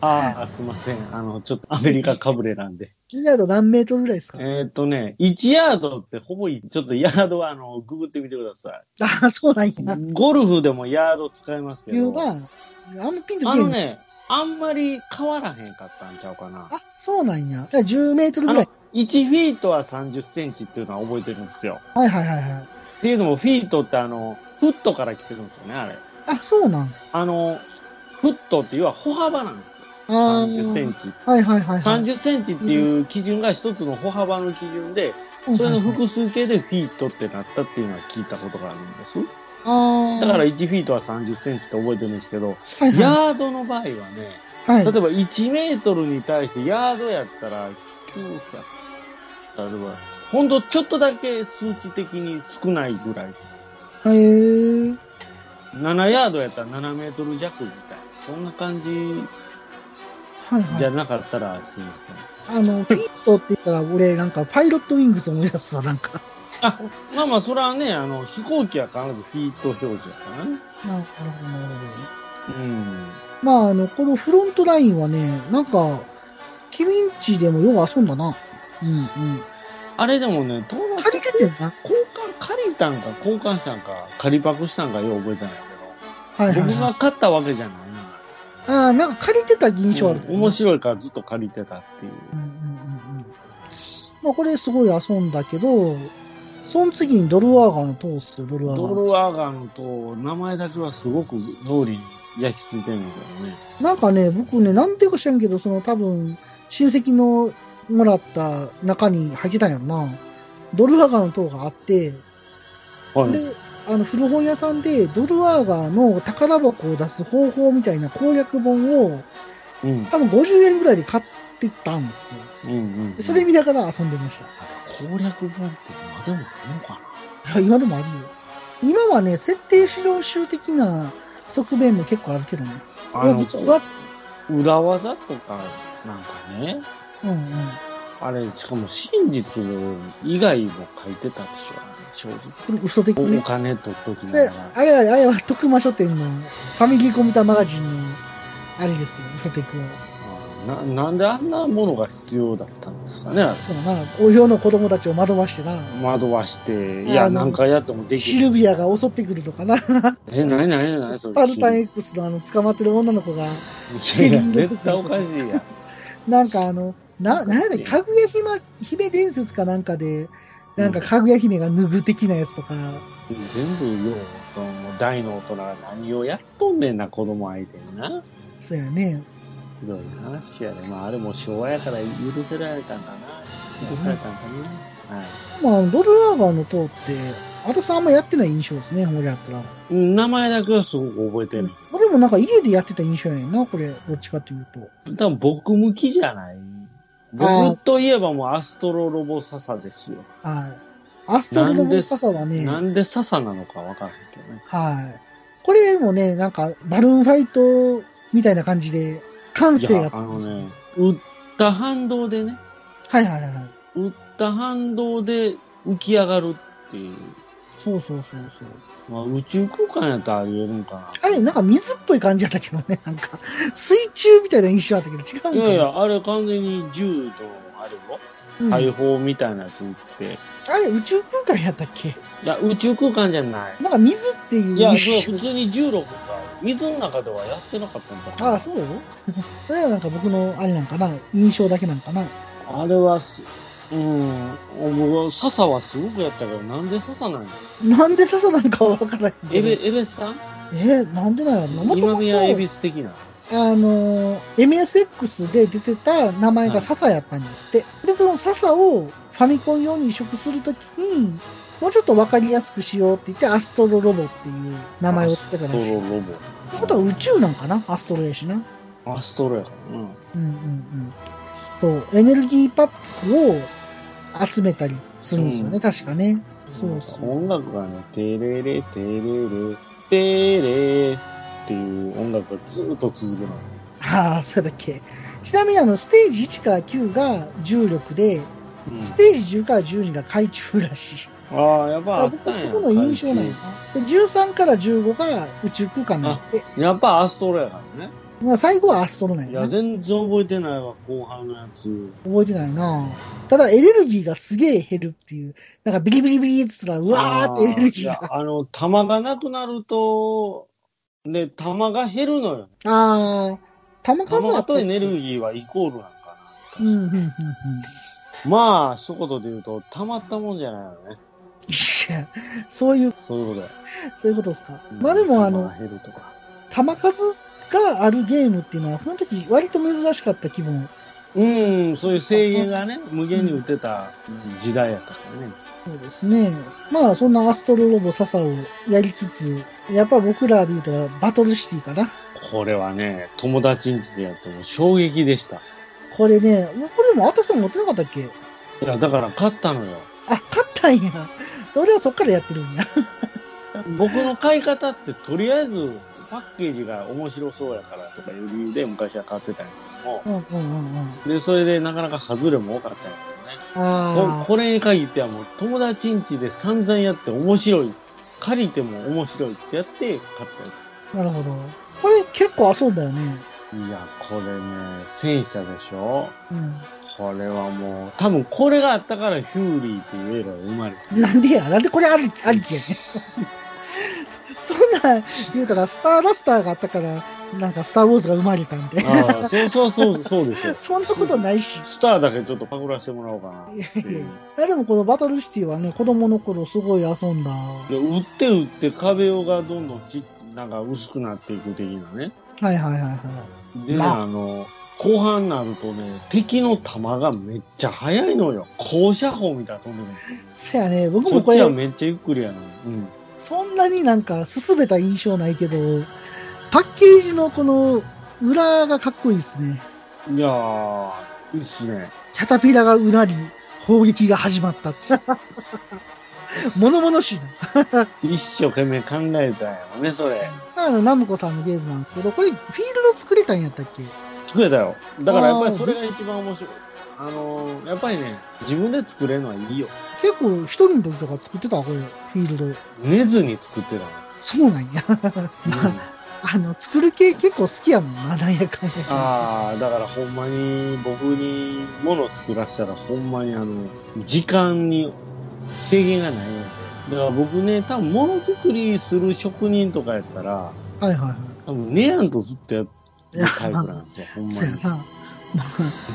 S3: ああ、すいません。あの、ちょっとアメリカかぶれなんで。
S2: ?10 ヤード何メートルぐらいですか
S3: えっとね、1ヤードってほぼい、ちょっとヤードはあの、ググってみてくださ
S2: ああ、そうなんや
S3: い
S2: な。。
S3: ゴルフでもヤード使いますけ
S2: 言う
S3: ど、
S2: な。あんまピンと
S3: あ
S2: けえ
S3: の
S2: ん、
S3: ね、あんまり変わらへんかったんちゃうかな。
S2: あ、そうなんや。だから10メートルぐらい。
S3: 1フィートは30センチっていうのは覚えてるんですよ。
S2: はいはいはいはい。
S3: っていうのも、フィートってあの、フットから来てるんですよね、あれ。
S2: あ、そうなん。
S3: あの、フットっていうのは歩幅なんですよ。
S2: ああ。
S3: 30センチ。
S2: はいはいはいはい。
S3: 30センチっていう基準が一つの歩幅の基準で、それの
S2: はいはいはい
S3: 複数形でフィートってなったっていうのは聞いたことがあるんです。
S2: ああ。
S3: だから、1フィートは30センチって覚えてるんですけど、
S2: はいはい、
S3: ヤードの場合はね、
S2: は
S3: 例え
S2: い、
S3: ば1メートルに対してヤードやったら900、例えば、ほんとちょっとだけ数値的に少ないぐらい。
S2: へえ。
S3: 7ヤードやったら7メートル弱みたいな。そんな感じ
S2: はいはい。
S3: じゃなかったらすいません。
S2: あの、ピットって言ったら、俺、なんか、パイロットウィングス思い出すわ、なん か。
S3: まあまあ、それはね、あの、飛行機は必ずフィート表示やからね。
S2: なるほど、なるほど。
S3: うん。
S2: まあ、あの、このフロントラインはね、なんか、君んちでもよく遊んだな。うんうん。
S3: あれでもね、友達
S2: 借りててんな。
S3: 交換、借りたんか交換したんか、借りパクしたんかよう覚えてない
S2: はい
S3: け
S2: は
S3: ど、
S2: い
S3: 僕
S2: は
S3: が
S2: い。
S3: 買ったわけじゃない。
S2: ああ、なんか借りてた印象ある。
S3: 面白いからずっと借りてたっていう。
S2: うんうんうんうん。まあ、これすごい遊んだけど、その次にドルワーガーの通すよ、ドルワーガ
S3: ド
S2: ーの。
S3: ルアーガンと名前だけはすごく脳裏に焼き付いてるんだけどね。
S2: なんかね、僕ね、なんでか知らんけど、その多分、親戚のもらった中に入ってたんやろな。ドルワーガーの塔があって、
S3: はい。
S2: で、あの、古本屋さんで、ドルワーガーの宝箱を出す方法みたいな攻略本を、
S3: うん。
S2: 多分50円ぐらいで買っていったんですよ。
S3: うんうん、う
S2: で
S3: ん。
S2: それ見ながら遊んでました。
S3: 攻略本って今でもあるのかない
S2: や 今でもあるよ。今はね、設定資料集的な側面も結構あるけどね。いや、別にわ、
S3: 裏技とかなんかね、
S2: うんうん。
S3: あれ、しかも真実以外も書いてたでしょ、正直。
S2: これ嘘的に
S3: お
S2: ね。
S3: 金取っとき
S2: それ
S3: なが、ら。
S2: あやあやは徳間書店のファミリーコンピューターマガジンのあれですよ、嘘テクは。
S3: ななんであんなものが必要だったんですかね。
S2: そうやな、お用の子供たちを惑わしてな、
S3: 惑わして、い
S2: いや
S3: や、
S2: あの
S3: 何回やってもで
S2: シ
S3: きる。
S2: ルビアが襲ってくるとかな、
S3: え、なになになに
S2: ス
S3: そ
S2: パ
S3: れ。
S2: ルタン
S3: い
S2: X のあの捕まってる女の子が、
S3: やいや、絶対おかしいやん。
S2: なんかあの、な、なんやねかぐやひま姫伝説かなんかで、なんかかぐや姫が脱ぐ的なやつとか、
S3: 全部よ、もう大の大人が何をやっとんねんな、子供相手にな。
S2: そうやね。
S3: ひどい話やね。まあ、あれも昭和やから許せられたんかな。許されたんかな。はい。
S2: まあ、ドルワーガーの塔って、あとさんあんまやってない印象ですね、ほりゃったら。
S3: 名前だけはすごく覚えてる。
S2: まあでもなんか家でやってた印象やねんな、これ、どっちかというと。
S3: 多分僕向きじゃな
S2: あ
S3: い。
S2: ー
S3: 僕といえばもうアストロロボササですよ。
S2: はい。アストロロボササはね、
S3: なんでササなのかわからんけどね。
S2: はい。これもね、なんか、バルーンファイトみたいな感じで、感
S3: い
S2: 性
S3: や
S2: が、つ
S3: あ
S2: くん
S3: の
S2: ですよ
S3: ね、打った反動でね、
S2: はいはいはいはい。
S3: 打った反動で浮き上がるっていう。
S2: そうそうそうそう。
S3: まあ、宇宙空間やったらありえるんか
S2: あれ、なんか水っぽい感じだったけどね、なん か、水中みたいな印象あったけど、違うんか
S3: な。
S2: ない
S3: やいや、あれ完全に柔道あるよ。
S2: うん
S3: 大砲みたいなやつ打って。
S2: あれ、宇宙空間やったっけ
S3: いや、宇宙空間じゃない。
S2: なんか水っていう
S3: いや、そ
S2: 印
S3: れ
S2: 象
S3: 普。通に柔道が水の中ではやってなかったんだ
S2: ああ、そう それはなんか僕の、あれなんかな、印象だけなんかな。
S3: あれはす、うん、僕は笹はすごくやったけど、なんで笹なんや
S2: なんで笹なんかはわからないけ
S3: エ
S2: ど。
S3: ベ、
S2: え
S3: エベスさん
S2: ー、なんでなんやろな。もと
S3: 今
S2: も
S3: 宮
S2: と
S3: エビス的な。
S2: あのー、MSX で出てた名前が笹やったんですって。で、その笹をファミコン用に移植するときに、もうちょっとわかりやすくしようって言って、アストロロボっていう名前を付けたらしい。
S3: ア
S2: っ
S3: ストロロボ。
S2: てことは宇宙なんかなアストロやしな。
S3: アストロやか
S2: う
S3: らな。
S2: んうんうん。そう、エネルギーパックを集めたりするんですよね、
S3: う
S2: 確かね。そうそう。
S3: 音楽がね、テレレ、テレレ、テレっていう音楽がずっと続くの。
S2: ああ、そうだっけ。ちなみにあの、ステージ1から9が重力で、
S3: うん
S2: ステージ10から12が海中らしい。
S3: ああ、や
S2: だ
S3: っぱ
S2: か
S3: あ
S2: ら
S3: っ
S2: 僕
S3: た
S2: は
S3: んや
S2: そこの印象なんやな。で、13から15が宇宙空間になって、
S3: 怪獣やっぱアストロやからね。
S2: まあ最後はアストロなん
S3: い
S2: や
S3: や、
S2: な。
S3: 全然覚えてないわ、後半のやつ。
S2: 覚えてないなただエネルギーがすげえ減るっていう。なんかビリビリビリって言ったら、うわーってエネルギー
S3: あーい
S2: が。
S3: やあの、弾がなくなると、ね、弾が減るのよ。
S2: あー、玉数
S3: 弾
S2: は
S3: とエネ
S2: ギ
S3: ルギーはイコールなんか
S2: ー。
S3: な。
S2: うん、うん、うん、うん。い
S3: まあ、一言で言うと、たまったもんじゃないよね。
S2: や、そういう、
S3: そういうことだよ。
S2: そういうことですか。
S3: うん
S2: まあでもあの
S3: 弾、が減るとか。
S2: 玉数があるゲームっていうのは、この時割と珍しかった気分。
S3: うん、そういう制限がね、無限に打てた時代やったからね。
S2: そうですね。まあそんなアストロロボササをやりつつ、やっぱ僕らで言うとバトルシティかな。
S3: これはね、友達んちでやっても衝撃でした。
S2: これね、僕でもあたさん持ってなかったっけ
S3: いや、だから勝ったのよ。
S2: あ、勝ったんや。俺はそっからやってるんや。
S3: 僕の買い方ってとりあえずパッケージが面白そうやからとかいう理由で昔は買ってたんやけども
S2: うんうんうんうん。
S3: でそれでなかなか外れも多かったんやけどねこ
S2: あ
S3: これに限ってはもう友達んちで散々やって面白い借りても面白いってやって買ったやつ
S2: あ、なるほど。これ結構遊んだよね。
S3: いやこれね戦車でしょ
S2: う
S3: これはもう多分これがあったからヒューリーっていう映画が生まれ
S2: ん。なんでや、なんでこれあり
S3: た
S2: ありきやね。そんなん言うたら、スターラスターがあったから、なんかスターウォーズが生まれたんで。
S3: ああそうそうそうそうでしょ
S2: そんなことないし。
S3: スターだけちょっとパクらせてもらおうかなっていう
S2: いやでもこのバトルシティはね、子供の頃すごい遊んだ。
S3: で打って打って壁がどんどんちなんか薄くなっていく的なね
S2: はいはいはいは
S3: で、
S2: まあ
S3: あ、の後半になるとね敵の弾がめっちゃ速いのよ高射砲みたいな飛んでく
S2: い。せやね、僕
S3: るこ
S2: もこ
S3: っ
S2: れ
S3: ち、はめっちゃゆっくりやの、うん、
S2: そんなになんか進めた印象ないけど、パッケージのこの裏がかっこいいですね。
S3: いやーいいっすね
S2: キャタピラがうなり、砲撃が始まったって。 物々しいな。
S3: 一生懸命考えたんやろねそれ
S2: あの、ナムコさんのゲームなんですけど、これ、フィールド作れたんやったっけ
S3: 作れたよだからやっぱりそれが一番面白いあのーやっぱりね自分で作れるのはいいよ
S2: 結構、一人の時とか作ってたこれ、フィールド。
S3: 寝ずに作ってたの
S2: そうなんや。
S3: うん
S2: あの、作る系結構好きやもんな、なんやかんや。
S3: ああ、だからほんまに僕に物を作らせたらほんまにあの、時間に制限がないので。だから僕ね、多分物作りする職人とかやったら、
S2: はいはいは
S3: 多分ネアンとずっとやって
S2: い。
S3: るタイプなんですよ、ほ ん
S2: そう
S3: ま
S2: や
S3: に。
S2: な。まあ、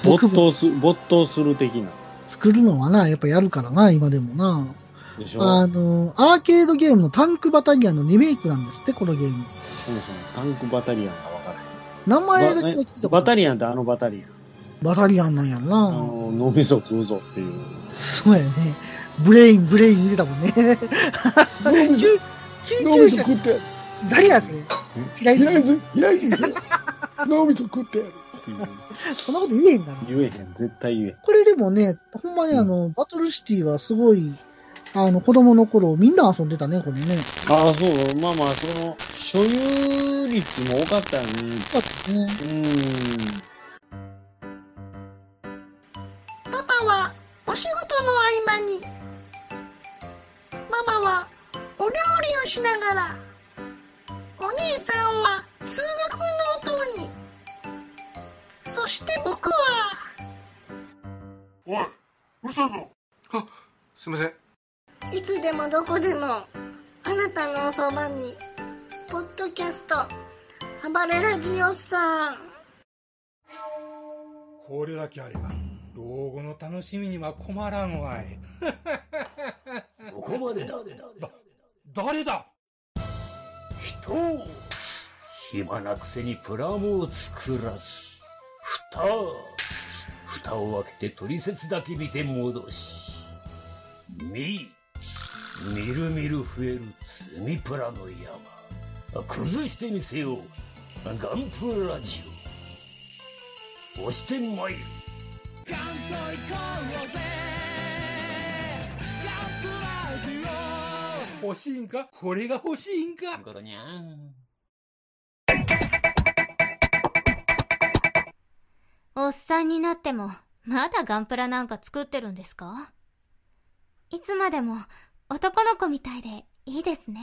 S2: 僕
S3: 没
S2: も
S3: 頭す、没頭する的な。
S2: 作るのはな、やっぱやるからな、今でもな。
S3: でしょ
S2: あの、アーケードゲームのタンクバタリアンのリメイクなんですって、このゲーム。
S3: そもそもタンクバタリアンがわからへん。
S2: 名前だけ
S3: ば
S2: は聞いた
S3: バ
S2: こと
S3: タ
S2: ない
S3: リアンってあのバタリアン。
S2: バタリアンなんやろ
S3: あ
S2: な。
S3: の、脳みそ食うぞっていう。
S2: そうやね。ブレイン、ブレイン言うてたもん ね。救救
S3: 脳
S2: 急
S3: みそ
S2: 車
S3: 食、ってやる。
S2: 誰やそれ平井さん。
S3: ず、平井先 生。脳みそ食ってやる。
S2: そんなこと言えへんから。
S3: 言えへん、絶対言えへん。
S2: これでもね、ほんまにあの、バトルシティはすごい、あの、子供の頃、みんな遊んでたね、これね。
S3: ああ、そう、まあまあ、その、所有率も多かったよね。
S2: よかったね。
S3: うん。
S1: パパはお仕事の合間にママはお料理をしながらお姉さんは通学のお供にそして僕は
S4: おい、うるさいぞ。あ、すみません。
S1: いつでもどこでもあなたのおそばにポッドキャスト「暴れラジオさん」
S5: これだけあれば老後の楽しみには困らんわい
S4: ここまでだ。
S5: 誰だ
S4: 人を暇なくせにプラモを作らず。蓋。蓋を開けて取説だけ見て戻し。見。みるみる増える積みプラの山。崩してみせよう。ガンプラジオ。押してまいる。
S5: 欲しいんかこれが欲しいんか
S4: ゴロニャン。
S6: おっさんになってもまだガンプラなんか作ってるんですかいつまでも男の子みたいでいいですね。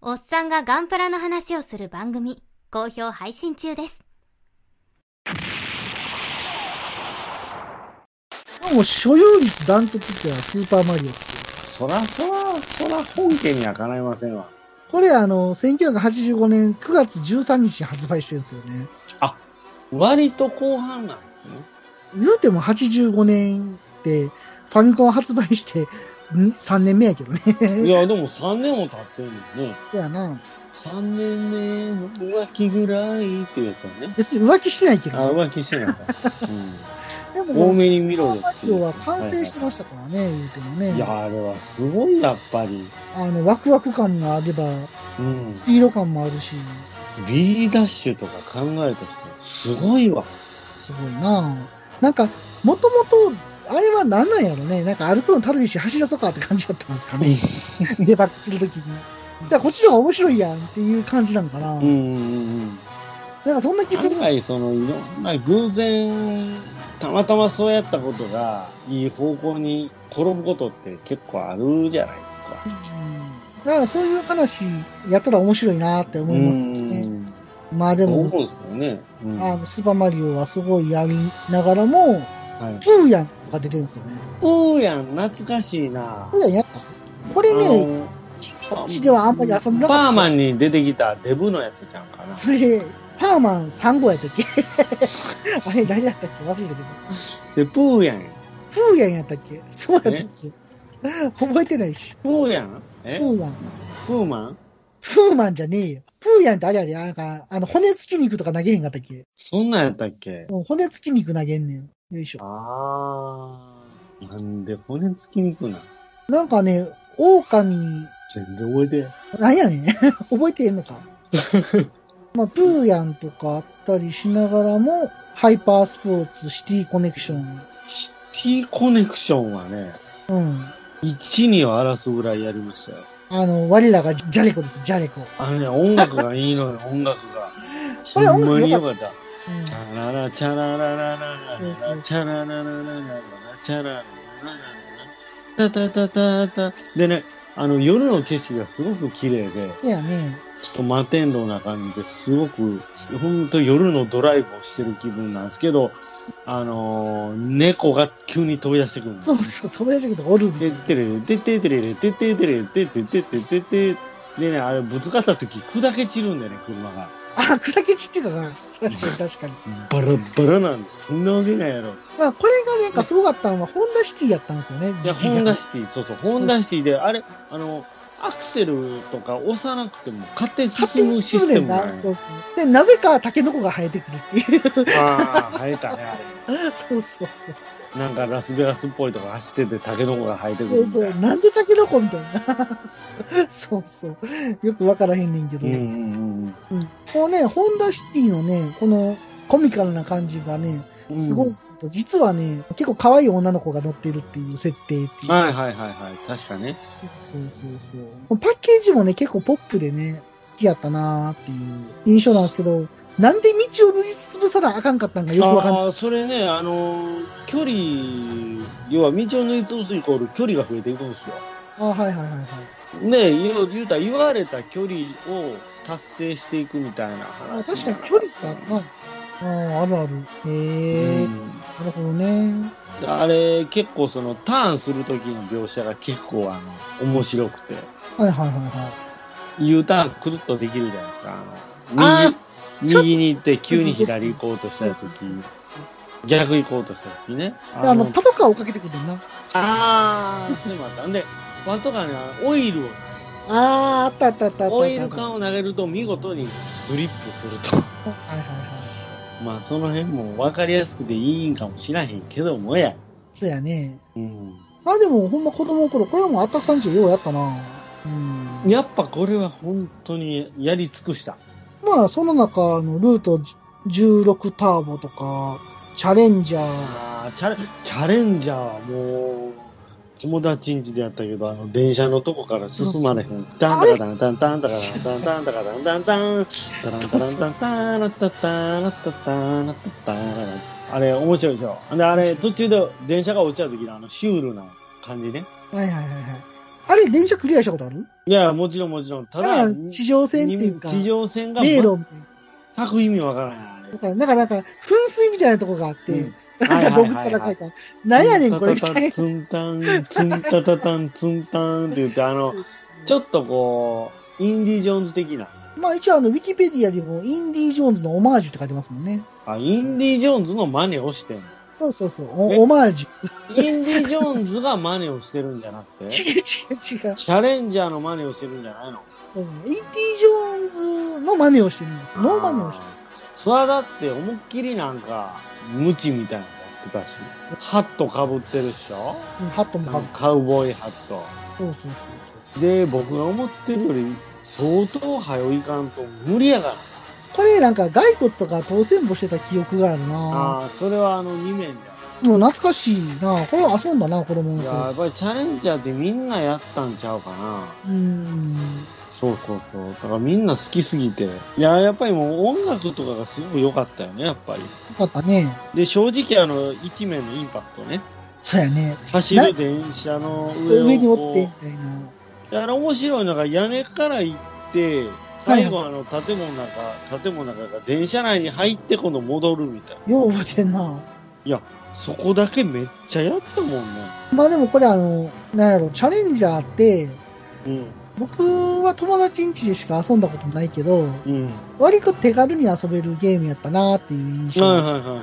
S6: おっさんがガンプラの話をする番組、好評配信中です。
S2: でも所有率ダントツってのはスーパーマリオですよ。
S3: そらそら、そら本家にはかないませんわ。
S2: これあの、1985年9月13日に発売してるんですよね。
S3: 割と後半なんですね。
S2: 言うても85年ってファミコン発売してに3年目やけど
S3: い
S2: ね。
S3: や、でも3年も経ってるのにね。
S2: やな。
S3: 3年目の浮気ぐらいっていうやつはね。
S2: 別に浮気してないけ
S3: あ、
S2: ど、ね。
S3: 浮気してないか。
S2: でも
S3: 多めに見ろよ
S2: スーパーマリオは完成してましたからね、言うても
S3: うん。い
S2: ね。
S3: や、あれはすごい、やっぱり。
S2: あの、ワクワク感があれば、
S3: うん。
S2: スピード感もあるし、
S3: B ダッシュとか考えた人、すごいわ。
S2: すごいななんか、もともと、あれは何なんやろね。なんか歩くのたるいし走らそうかって感じだったんですかね。デバッグするときに。だからこっちの方が面白いやんっていう感じなのかな。
S3: うんうんうん。
S2: なんかそんな気する
S3: 案。外そのいろんな偶然たまたまそうやったことがいい方向に転ぶことって結構あるじゃないですか。
S2: うんだからそういう話やったら面白いなって思いますね。
S3: うん
S2: まあで
S3: そう思うん
S2: も、
S3: ですけどね。うん
S2: あの、スーパーマリオはすごいやりながらも、
S3: はい、
S2: プーヤンとか出てるんですよね。
S3: うーやん、懐かしいな
S2: プ。ーヤンやったこれね、うちではあんまり遊んでなかった
S3: パーマンに出てきたデブのやつちゃんかな。
S2: それ、パーマン3号やったっけ あれ、誰やったっけ忘れたけど。
S3: で、プーやん。
S2: プーヤンやったっけそうやったっけ覚えてないし。
S3: プーやんえ
S2: プーヤン。
S3: プーマン
S2: プーマンじゃねえよ。プーヤンってあれやで、なんか、あの、骨付き肉とか投げへんかったっけ
S3: そんなんやったっけ
S2: もう骨付き肉投げんねん。よいしょ。
S3: あー。なんで骨付き肉なん
S2: なんかね、狼、
S3: 全然覚えてない。
S2: なんやねん。 覚えてへんのか。まあ、プーヤンとかあったりしながらも、ハイパースポーツ、シティコネクション。
S3: シティコネクションはね、
S2: うん。
S3: 一二を争うぐらいやりましたよ。
S2: あの、我らがジャレコです、ジャレコ。
S3: あのね、音楽がいいのよ、音楽が。
S2: これ
S3: ほん
S2: 音
S3: ま
S2: 楽
S3: に
S2: 良か
S3: よかった。
S2: うん
S3: チャララチャラララララ
S2: そうそ
S3: ラ
S2: う
S3: チャラララララララチャララララララタタタタタでね、あの夜の景色がすごく綺麗で、
S2: そうやね。
S3: ちょっと摩天楼な感じですごく、ほんと夜のドライブをしてる気分なんですけど、あのー、猫が急に飛び出してくるんです
S2: そうそう、友達だけどおる
S3: て
S2: で
S3: っ。てれれてってってれれてってってれれてってってってってってでねあれぶつかった時砕け散るんだよね車が
S2: あ、砕け散ってたな。そうやね、確かに。
S3: バラバラなんでそんなわけないやろ
S2: まあ、これがなんかすごかったのは、ホンダシティやったんですよね、
S3: い
S2: 時
S3: や
S2: 期
S3: ホン
S2: が
S3: ダ。シティそうそうホンダシティであれあのアクセルとか押さなくても勝手に
S2: 勝
S3: 進
S2: 手
S3: む
S2: に
S3: シ
S2: 進
S3: ス
S2: むね
S3: テ
S2: ん
S3: ムなん
S2: な。
S3: や
S2: そうそう。で、なぜかタケノコが生えてくるっていう。
S3: ああ生えたねあ
S2: そうそうそう。
S3: れなんかラスベガスっぽいとか走っててタケノコが生えてく
S2: そ
S3: る
S2: う
S3: み
S2: そ。
S3: たいうな
S2: なんでタケノコみたいな。 そうそう。よくわからへんねんけど。
S3: うんうんうん
S2: うんこのね、ホンダシティのね、このコミカルな感じがね、
S3: うん
S2: すごい、実はね、結構可愛い女の子が乗ってるっていう設定っていう。
S3: はいはいはいはい確かね
S2: そうそうそう。パッケージもね、結構ポップでね、好きやったなーっていう印象なんですけど、なんで道を塗りつぶさなあかんかったんかよくわかんない。
S3: あーそれね、あのー距離、要は道を縫いつぶすイコール距離が増えていくんですよ。
S2: ああー、はいはいはいはい。
S3: ね言う言うたら言われた距離を達成していくみたいな
S2: あー確
S3: 話。
S2: かに距離ってあるな。ああー、あるある。へえ、なるほどね。
S3: うんあれ、結構そのターンする時の描写が結構あの、面白くて、
S2: はいはいはいは
S3: U ターンくるっとできるじゃないですか。あ
S2: あ
S3: の右
S2: ちょっと
S3: 右に行って急に左行こうとした
S2: い。
S3: 時、逆行こうとした時ね。
S2: であの、パトカーを追っかけてくるんだよな。
S3: あー、そういうのもあった。んで、パトカーにはオイルを
S2: ああ、あったあったあったあった。
S3: オイル缶
S2: か
S3: を投げると見事にスリップすると。
S2: はいはいはい。
S3: まあその辺も分かりやすくていいんかもしらへんけどもや。
S2: そうやね。
S3: うん。
S2: まあでも、ほんま子供の頃、これはもうあったくさんちようやったな。うん。
S3: やっぱこれは本当にやり尽くした。
S2: まあ、その中あのルート16ターボとか、チャレンジャー、
S3: ああ、チャレチャレンジャーはもう、友達ん家でやったけど、あの、電車のとこから進まれへん。タンタカタンタンタンタカタンタンタカタンタンタンタンタランタランタンタランタタランタタランタタランタタランタあれ、面白いでしょ。で、あれ、途中で電車が落ちた時のあの、シュールな感じね。
S2: はいはいはいはい。あれ、電車クリアしたことある
S3: いや、もちろんもちろん。ただ
S2: あ、地上戦っていうか、
S3: 地上戦が
S2: 迷
S3: 全
S2: 路みたいな。
S3: く意味わからない。あれ
S2: だから、なんか、なんか、噴水みたいなとこがあって、
S3: うん
S2: なんか洞窟から書いた。なんやねん、これみたいな。
S3: ツンタン、ツンタタタン、ツンタンって言って、あの、ちょっとこう、インディ・ジョーンズ的な。
S2: まあ一応あの、ウィキペディアにも、インディ・ジョーンズのオマージュって書いてますもんね。
S3: あ、インディ・ジョーンズの真似をしてんの。
S2: そうそうそう、
S3: え
S2: おオマージ
S3: インディ・ジョーンズが真似をしてるんじゃなくて、
S2: ュ。
S3: チ
S2: 違う違う違う。
S3: ャレンジャーの真似をしてるんじゃないの
S2: うんインディ・ジョーンズの真似をしてるんですよ。の真似をしてる。
S3: そらだって思いっきりなんか、無知みたいなのやってたし、ハットかぶってるっしょ
S2: うんハットも
S3: な
S2: か
S3: ん
S2: ぶ
S3: かカウボーイハット。
S2: そうそうそう
S3: で、僕が思ってるより、相当早いかんと無理やから。
S2: そう。これなんか、骸骨とか当選簿してた記憶があるな
S3: ああー、それはあの2面だ。
S2: もう懐かしいなこれ遊んだな、子供の
S3: いやーや
S2: 頃
S3: っ。ぱりチャレンジャーってみんなやったんちゃうかな
S2: うん。
S3: そうそうそうだからみんな好きすぎていやーやっぱりもう音楽とかがすごく良かったよねやっぱり
S2: よかったね。
S3: で正直あの一面のインパクトね
S2: そうやね。
S3: 走る電車の上をこう
S2: 上におって、みたいな。
S3: であれ面白いのが屋根から行って最後あの建物の中建物の中が電車内に入って今度戻るみたいな
S2: よう覚えてんな。
S3: そこだけめっちゃやったもんね
S2: まあでもこれあの、なんやろ、チャレンジャーって、
S3: うん
S2: 僕は友達ん家でしか遊んだことないけど、
S3: うん
S2: 割と手軽に遊べるゲームやったなっていう印象。
S3: はいはいはいはいはい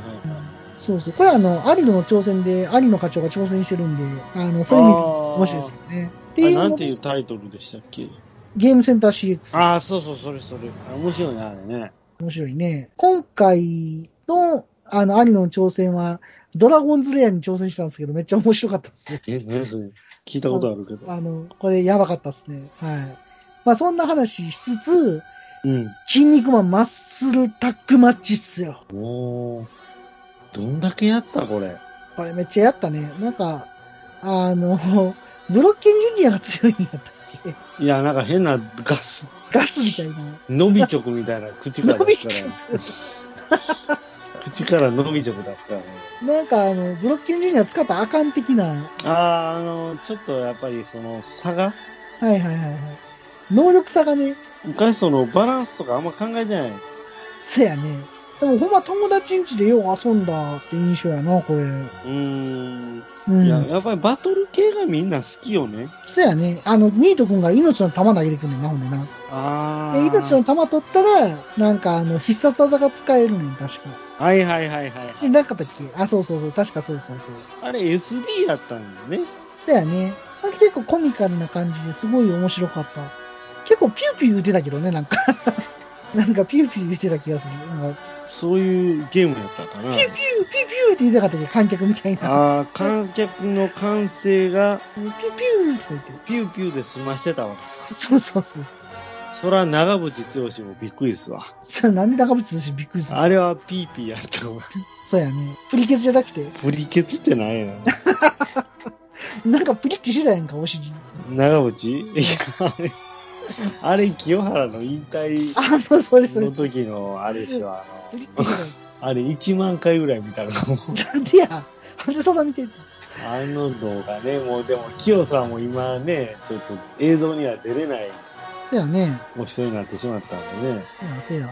S2: そうそう。これはあの、アリノの挑戦で、アリノ課長が挑戦してるんで、あの、それ見て面白いですよね。ってい
S3: あ
S2: う
S3: な
S2: の
S3: んていう
S2: で、
S3: タイトルでしたっけ
S2: ゲームセンター CX。
S3: ああ、そうそう、それそれ。あ面白いね、あれね。
S2: 面白いね。今回の、あの、アリノの挑戦は、ドラゴンズレアに挑戦したんですけど、めっちゃ面白かったですよ。
S3: え、何それ聞いたことあるけど。
S2: あの、これやばかったですね。はい。まあそんな話しつつ、
S3: うん。
S2: 筋肉マンマッスルタックマッチっすよ。
S3: もう、どんだけやった、これ。
S2: これめっちゃやったね。なんか、あの、ブロッケンジュニアが強いんやったっけ
S3: いや、なんか変なガス、
S2: ガスみたいな。
S3: 伸び直みたいな口から
S2: 伸び
S3: 出
S2: ち
S3: す
S2: ゃ
S3: から。口から伸び直出すからね。
S2: うなんかあの、ブロッケンジュニア使ったらあかん的な。は
S3: ああ、あの、ちょっとやっぱりその差が、
S2: いはいはいはい。能力差がね、
S3: 昔そのバランスとかあんま考えてない。
S2: そやね。でもほんま友達ん家でよう遊んだって印象やな、これ。う
S3: うーん。いや、
S2: ん。
S3: やっぱりバトル系がみんな好きよね。
S2: そやね。あの、ニート君が命の玉投げてくんねんな、ほんでな。
S3: ああ。
S2: で、命の玉取ったら、なんかあの、必殺技が使えるねん、確か。
S3: はいはいはいはい。
S2: しなかったっけあ、そうそうそう、確かそうそうそう。
S3: あれ SD やったんよね。
S2: そやね。まあ結構コミカルな感じですごい面白かった。結構ピューピュー言ってたけどね、なんか。 なんかピューピュー言ってた気がする。なんか
S3: そういうゲームやったかな。
S2: ピューピュー、ピューピューって言いたかったけど、観客みたいな。
S3: ああ、観客の歓声が
S2: ピューピューとか言って。
S3: ピューピューで済ましてたわ
S2: そうそうそうそう。
S3: け。そら長渕剛もびっくりですわ。
S2: そうなんで長渕剛びっくりする。
S3: あれはピーピーやった わ。
S2: そうやね。プリケツじゃなくて、
S3: プリケツってないの
S2: なんかプリってしてたやんか、お尻。
S3: 長渕いや、あれ、あれ清原の引退
S2: あ、そうそうです。
S3: の
S2: そうです
S3: 時のあれでしょ、あ
S2: プ
S3: の
S2: リってして
S3: あれ1万回ぐらい見た ら
S2: たやん。なんでや。なんでそんな見てんの
S3: あの動画ね、もうでも、清さんも今ね、ちょっと映像には出れない
S2: そうやね。
S3: お人になってしまったんでね。
S2: せやせや。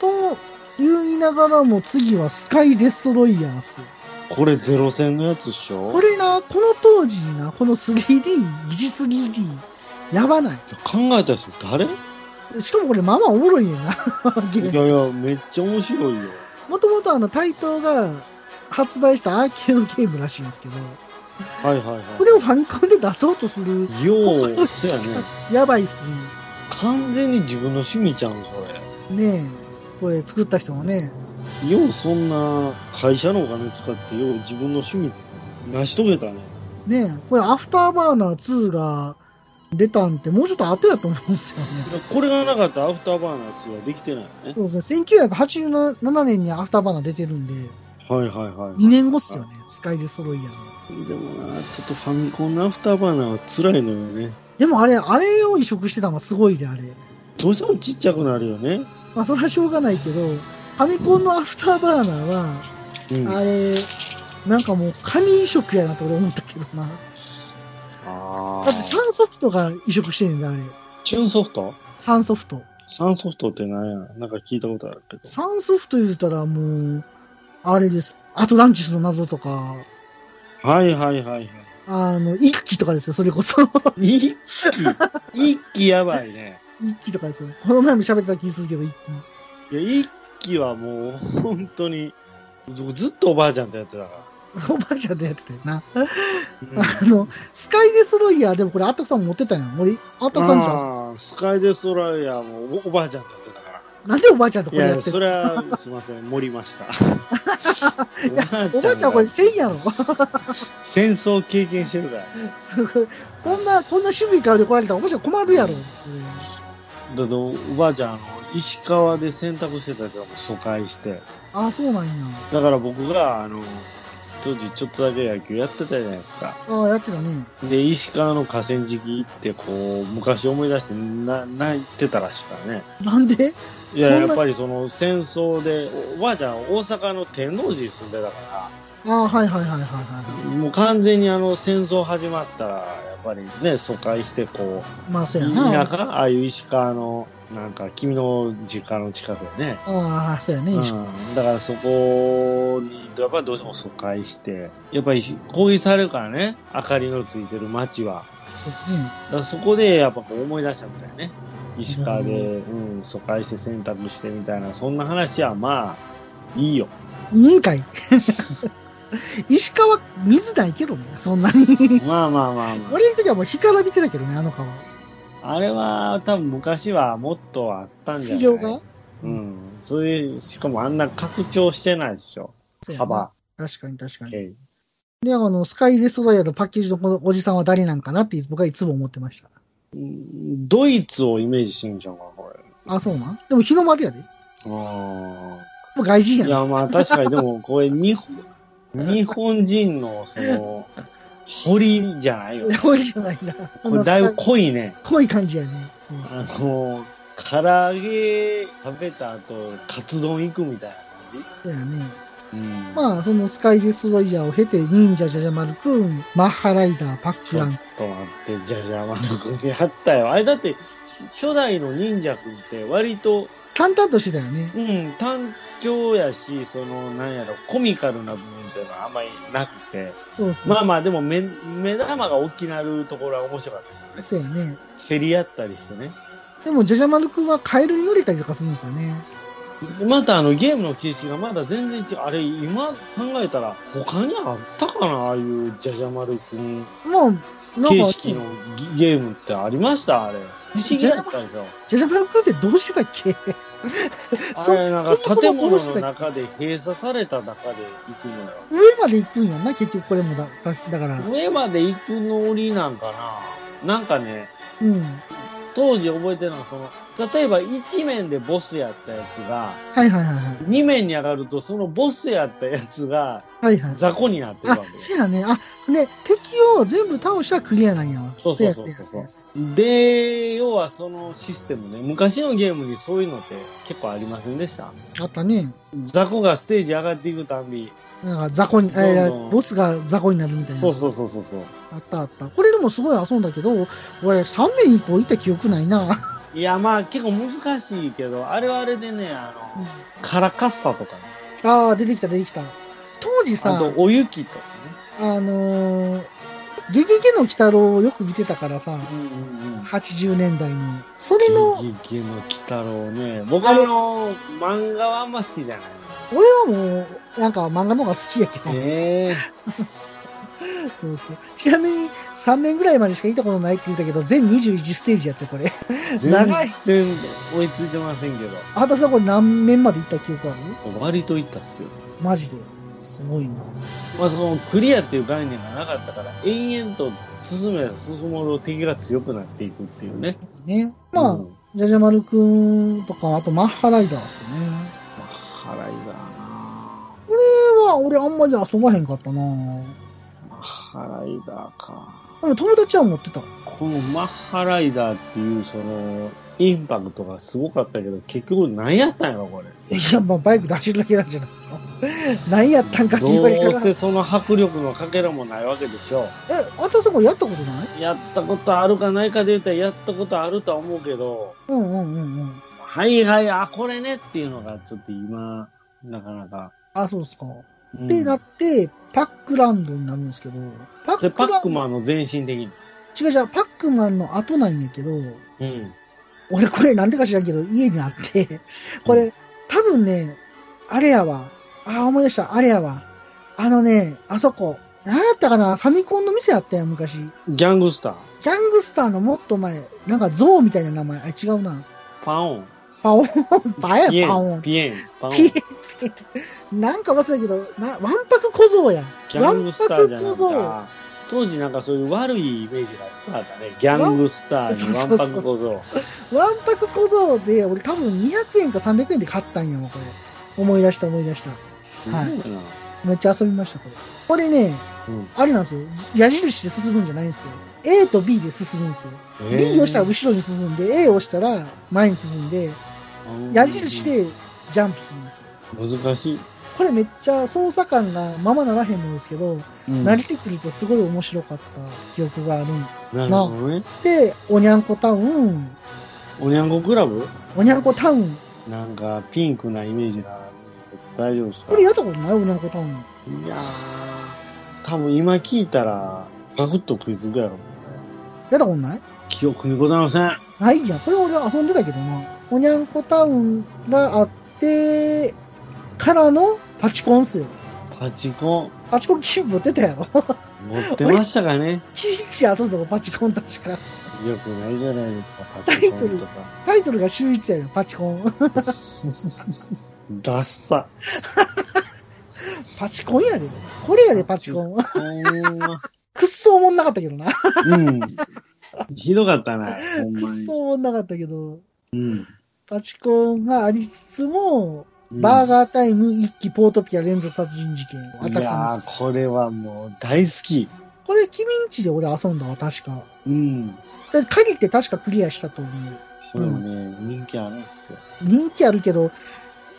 S2: と言いながらも次はスカイデストロイヤーっすよ。
S3: これゼロ戦のやつっしょ
S2: これな、この当時にな、この 3D、疑似 3D、やばな
S3: 考えた人誰い
S2: い。しかもこれまあまあおもろいねんな、ゲ
S3: やい
S2: ーム。
S3: や、めっちゃ面白いよ。
S2: もともとあの、台頭が発売したアーケードゲームらしいんですけど、
S3: はいはいはい。
S2: これをファミコンで出そうとする、
S3: よう、そうやね。
S2: やばいっすね。
S3: 完全に自分の趣味ちゃうん、そ
S2: ねえ、これ作った人もね、
S3: れ。よう、そんな会社のお金使って、よう自分の趣味成し遂げたね。
S2: ねえ、これアフターバーナー2が出たんってもうちょっと後やと思うんですよね。
S3: これがなかったらアフターバーナー2はできてないね。
S2: そうですね、1987年にアフターバーナー出てるんで、
S3: はいはいはい。
S2: 2年後っすよね、スカイデストロイヤーの。
S3: でもな、ちょっとファミコンのアフターバーナーは辛いのよね。
S2: でもあれ、あれを移植してたのはすごいで、あれ。
S3: どうしてもちっちゃくなるよね。
S2: まあ、それはしょうがないけど、ファミコンのアフターバーナーは、
S3: うん。
S2: あれ、なんかもう紙移植やなと俺思ったけどな。
S3: あ
S2: だってサ
S3: ー
S2: ンソフトが移植してんねんだ、あれ。
S3: チューンソフト
S2: サンソフト。
S3: サンソフトって何やなんか聞いたことあるけど。
S2: サンソフト言うたらもう、あれです。アトランティスの謎とか、
S3: はいはいはいはい。
S2: あの、一気とかですよ、それこそ。
S3: 一気、一気やばいね。
S2: 一気とかですよ。この前も喋ってた気するけど、一気。
S3: いや、一気はもう、本当に、ずっとおばあちゃんとやってたか
S2: おばあちゃんとやってたよな。
S3: ら。
S2: あの、スカイデスロイヤーでもこれ、アットクさんも持ってたんやん。俺、アットクさんじゃん。
S3: あースカイデストライヤーもおおばあちゃんとやってたか
S2: なんでおばあちゃんとこれ
S3: ら。い
S2: や
S3: や、
S2: って
S3: そ
S2: る
S3: れは、すいません、盛りました。
S2: いや おばあちゃんこれ1000やろ
S3: 戦争経験してるから。
S2: すごい こんな、こんな渋い顔で来られたらおばあちゃん困るやろ。
S3: だっておばあちゃんあの石川で洗濯してたけども疎開して
S2: ああ、そうなんや。
S3: だから僕があの当時ちょっとだけ野球やってたじゃないですか
S2: ああ、やってたね。
S3: で石川の河川敷行ってこう昔思い出してな泣いてたらしいからね
S2: なんで
S3: いや
S2: そんな
S3: やっぱりその戦争でおおばあちゃん大阪の天王寺に住んでたか
S2: ああ、はいはいはいはいは
S3: らもう完全にあの戦争始まったらやっぱりね疎開してこう
S2: い。まあ、そうやな。
S3: 田
S2: あ
S3: 舎ああいう石川のなんか君の実家の近くでね
S2: あ、そうやね。
S3: うん、だからそこにやっぱりどうしても疎開してやっぱり攻撃されるからね明かりのついてる街は
S2: そうですね。
S3: だからそこでやっぱこう思い出したみたいね石川で、うん疎開して洗濯してみたいなそんな話はまあいいよ
S2: 委員会。石川、水ないけどね、そんなに。
S3: まあまあまあ、ま
S2: 俺の時はもう日から見てたけどね、あの川。
S3: あ、あれは多分昔はもっとあったんじゃ
S2: 水
S3: ない
S2: 量が
S3: うんそれしかもあんな拡張してないでしょ
S2: そうやな
S3: 幅、
S2: 確かに確かに。
S3: え
S2: で、あの、スカイレストライヤーのパッケージのこのおじさんは誰なんかなって僕はいつも思ってました。
S3: えうんドイツをイメージしてんじゃんかこれ
S2: あ、そうなんでも日の丸やで。
S3: あー
S2: もう外人や
S3: い
S2: な。
S3: や、まあ確かに、でも、これ、日本、日本人の、その、堀じゃないよ。
S2: 多いじゃないな。
S3: これだいぶ
S2: こ
S3: 濃いね。
S2: 濃い感じやね。そうそ
S3: あ
S2: う
S3: の、唐揚げ食べた後、カツ丼行くみたいな感
S2: だよね。
S3: じうん。あ、
S2: まあ、そのスカイレストライヤーを経て、忍者じゃじゃ丸くん、マッハライダー、パッ
S3: ち
S2: ク
S3: ょ
S2: ラ
S3: っ
S2: ン。
S3: と待って、じゃじゃまの組あったよ。あれだって、初代の忍者くんって割と、
S2: 淡々としてたよね。
S3: うん、単調やし、その、なんやろ、コミカルな部分っていうのはあんまりなくて、
S2: そうそうそう。
S3: まあまあ、でも目、目玉が大きなるところは面白かった。
S2: あ。そうやね。
S3: 競り合ったりしてね。
S2: でも、じゃじゃ丸くんはカエルに乗れたりとかするんですよね。
S3: またあのゲームの形式がまだ全然違う。あれ、今考えたら他にあったかなああいうじゃじゃ丸くん
S2: もう、なんか、
S3: 形式のギゲームってありましたあれ。不思議だったでしょ。
S2: じゃじゃ丸くんってどうしてたっ けそ
S3: あれなんか
S2: そもそ
S3: 建
S2: も
S3: 物
S2: どうして
S3: の
S2: たっけ
S3: 中で閉鎖された中で行くのよ。
S2: 上まで行くんやんな、結局これもだ。だしだから。
S3: 上まで行くのりなんかななんかね、
S2: うん。は
S3: 当時覚えてるのはその、例えば1面でボスやったやつが、
S2: いはいはいはい。
S3: 2面に上がるとそのボスやったやつが
S2: はいはい。
S3: 雑魚になってる
S2: あ
S3: わけ、よ。
S2: そうやね。あ、ね、敵を全部倒したらクリアなんやわ。
S3: そうそうそう
S2: や
S3: そう
S2: ややや
S3: で、要はそのシステムね、昔のゲームにそういうのって結構ありませんでした
S2: あったね。
S3: 雑魚がステージ上がっていくたんび、
S2: なんか雑魚に、え
S3: どんどん
S2: ボスが雑魚になるみたいな。
S3: そうそうそうそうそう。
S2: あったあった。これでもすごい遊んだけど、俺3面以降行った記憶ないな。
S3: いや、まあ結構難しいけど、あれはあれでね、あの、カラカッサとかね、
S2: ああ、出てきた出てきた。当時さ、
S3: あと
S2: あ
S3: おゆきとかね。
S2: のー、ゲゲゲの鬼太郎をよく見てたからさ、
S3: うんうんうん。
S2: 80年代の。それの、
S3: ゲゲゲの鬼太郎ね。僕あの、漫画はあんま好きじゃない。
S2: 俺はもう、なんか漫画の方が好きやけど。
S3: ええ
S2: そうそう。ちなみに、3面ぐらいまでしか行ったことないって言ったけど、全21ステージやって、これ。
S3: 全
S2: 長い
S3: 然追いついてませんけど、
S2: あたさんこれ何面まで行った記憶ある
S3: 割といったっすよ。
S2: マジで。すごいな。
S3: まあ、そのクリアっていう概念がなかったから延々と進めば進むほど敵が強くなっていくっていうね
S2: ね。まあ、
S3: うん
S2: じゃじゃ丸くんとか、あとマッハライダーですよね。
S3: まあ払いだな
S2: これは俺あんまり遊ばへんかったな
S3: マッハライダーか
S2: でも友達は持ってた。
S3: このマッハライダーっていうそのインパクトがすごかったけど結局何やったんやろこれ
S2: いや、まあバイク出してるだけなんじゃないの 何やったんかって言われた
S3: ど
S2: ら
S3: う、せその迫力のかけらもないわけでしょ
S2: え、あんたそこやったことない
S3: やったことあるかないかで言ったらやったことあるとは思うけど
S2: うんうんうんうん。
S3: はいはいあこれねっていうのがちょっと今なかなか、
S2: あ、そうですか。
S3: うん
S2: で、なって、パックランドになるんですけど、パ
S3: それパック
S2: ン、
S3: マンの全身的に
S2: 違う違う、パックマンの後なんやけど、
S3: うん
S2: 俺これなんでか知らんけど、家にあって、これ、多分ね、あれやわ。あ、思い出した、あれやわ。あのね、あそこ、何やったかな、ファミコンの店あったやん、昔。
S3: ギャングスター
S2: ギャングスターのもっと前、なんかゾウみたいな名前、あ、違うな。
S3: パオン
S2: パオン、パ
S3: ピ
S2: や、
S3: エ
S2: パオ
S3: ン
S2: ン。
S3: ピエンパオン
S2: ピエンなんか忘れたけど、な、わんぱく小僧や。
S3: ギャングスターじゃな
S2: わんぱく小
S3: く
S2: 僧
S3: て。当時なんかそういう悪いイメージがいっぱいあったねギャングスターに
S2: わ
S3: わ
S2: ん
S3: んぱく
S2: そうそ
S3: 小
S2: うそう
S3: 僧
S2: わんぱく小僧で、俺多分200円か300円で買ったんやもん、これ。思い出した思い出した。
S3: すごいな、
S2: めっちゃ遊びました、これ。これね、
S3: うん
S2: あれなんですよ。矢印で進むんじゃないんですよ。A と B で進むんですよ。
S3: え
S2: B
S3: ー
S2: 押したら後ろに進んで、A 押したら前に進んで、矢印でジャンプするんですよ。
S3: 難しい、
S2: これめっちゃ操作感がままならへんのですけど、
S3: うん
S2: 慣れてくるとすごい面白かった記憶があるん
S3: なるほどね。
S2: で、おにゃんこタウン、
S3: おにゃんこクラブ
S2: おにゃんこタウン。
S3: なんかピンクなイメージがあるけど大丈夫ですか
S2: これやったことないおにゃんこタウン。
S3: いやー、多分今聞いたら、ガクッと食いつくやろうね。
S2: やったことない
S3: 記憶にございません。
S2: ないやん。これ俺遊んでたけどな。おにゃんこタウンがあって、からのパチコンっすよ。
S3: パチコン、
S2: パチコンキューブ持ってたやろ。
S3: 持ってましたかね
S2: キュイチ遊んだのパチコン確か。
S3: よくないじゃないですか、パチコンとか。
S2: タイトルが秀逸やな、パチコン。
S3: ダッサ。
S2: パチコンやで。これやで、パチコン。
S3: ほんま。
S2: くっそおもんなかったけどな。
S3: うん。ひどかったな、ほん
S2: くっ
S3: まに。
S2: そおもんなかったけど。
S3: うん。
S2: パチコンがありつつも、バーガータイム一期ポートピア連続殺人事件。
S3: うんい
S2: 私
S3: や
S2: さんです。
S3: ー、これはもう大好き。
S2: これ、君んちで俺遊んだわ、確か。
S3: うん。
S2: で鍵って確かクリアしたと思う。
S3: これもね、人気あるんですよ。
S2: 人気あるけど、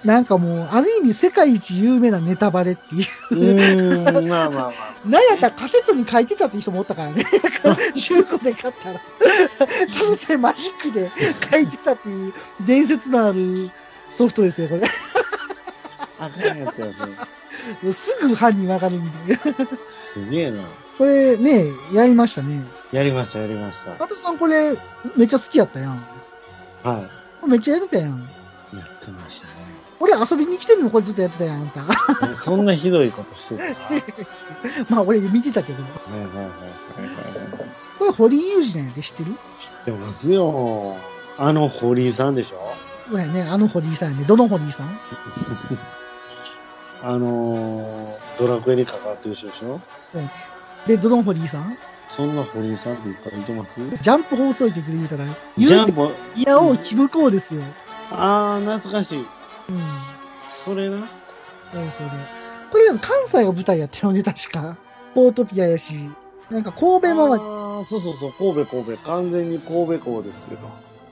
S2: なんかもう、ある意味世界一有名なネタバレっていう。
S3: うーん、まあまあまあ。
S2: なんやったらカセットに書いてたって人もおった からね。中古で買ったら。カセットにマジックで書いてたっていう伝説のあるソフトですよ、こ
S3: あかんやつやね。
S2: れ。すぐ犯人わかるんで。
S3: すげえな。
S2: これね、やりましたね。
S3: やりました、やりました。
S2: 加藤さんこれ、めっちゃ好きやったやん。
S3: は
S2: めっちゃやってたやん。
S3: い。やってましたね。
S2: 俺遊びに来てんのこれずっとやってたやん、あんた。
S3: えそんなひどいことしてた。はい
S2: まあ俺見てたけど。
S3: はいはいはいはい。
S2: これ堀井雄二なんやで知ってる
S3: 知ってますよ。あの堀井さんでしょ
S2: そうやね、あの堀井さんやね。どの堀井さん
S3: あのー、ドラクエに関わってる人でしょ
S2: で、ドドンホリーさん
S3: そんな堀井さんっていっぱいいてます
S2: ジャンプ放送局で言うたら、
S3: ジ
S2: 言
S3: ャ
S2: う
S3: ン
S2: て
S3: ボ。
S2: いやを築こうですよ。
S3: あー、懐かしい。
S2: うん。
S3: それな。
S2: ええ、それ。これ、関西が舞台やったよね、確か。ポートピアやし。なんか神戸
S3: あ
S2: 周
S3: ーそうそうそう、神戸神戸。完全に神戸港ですよ。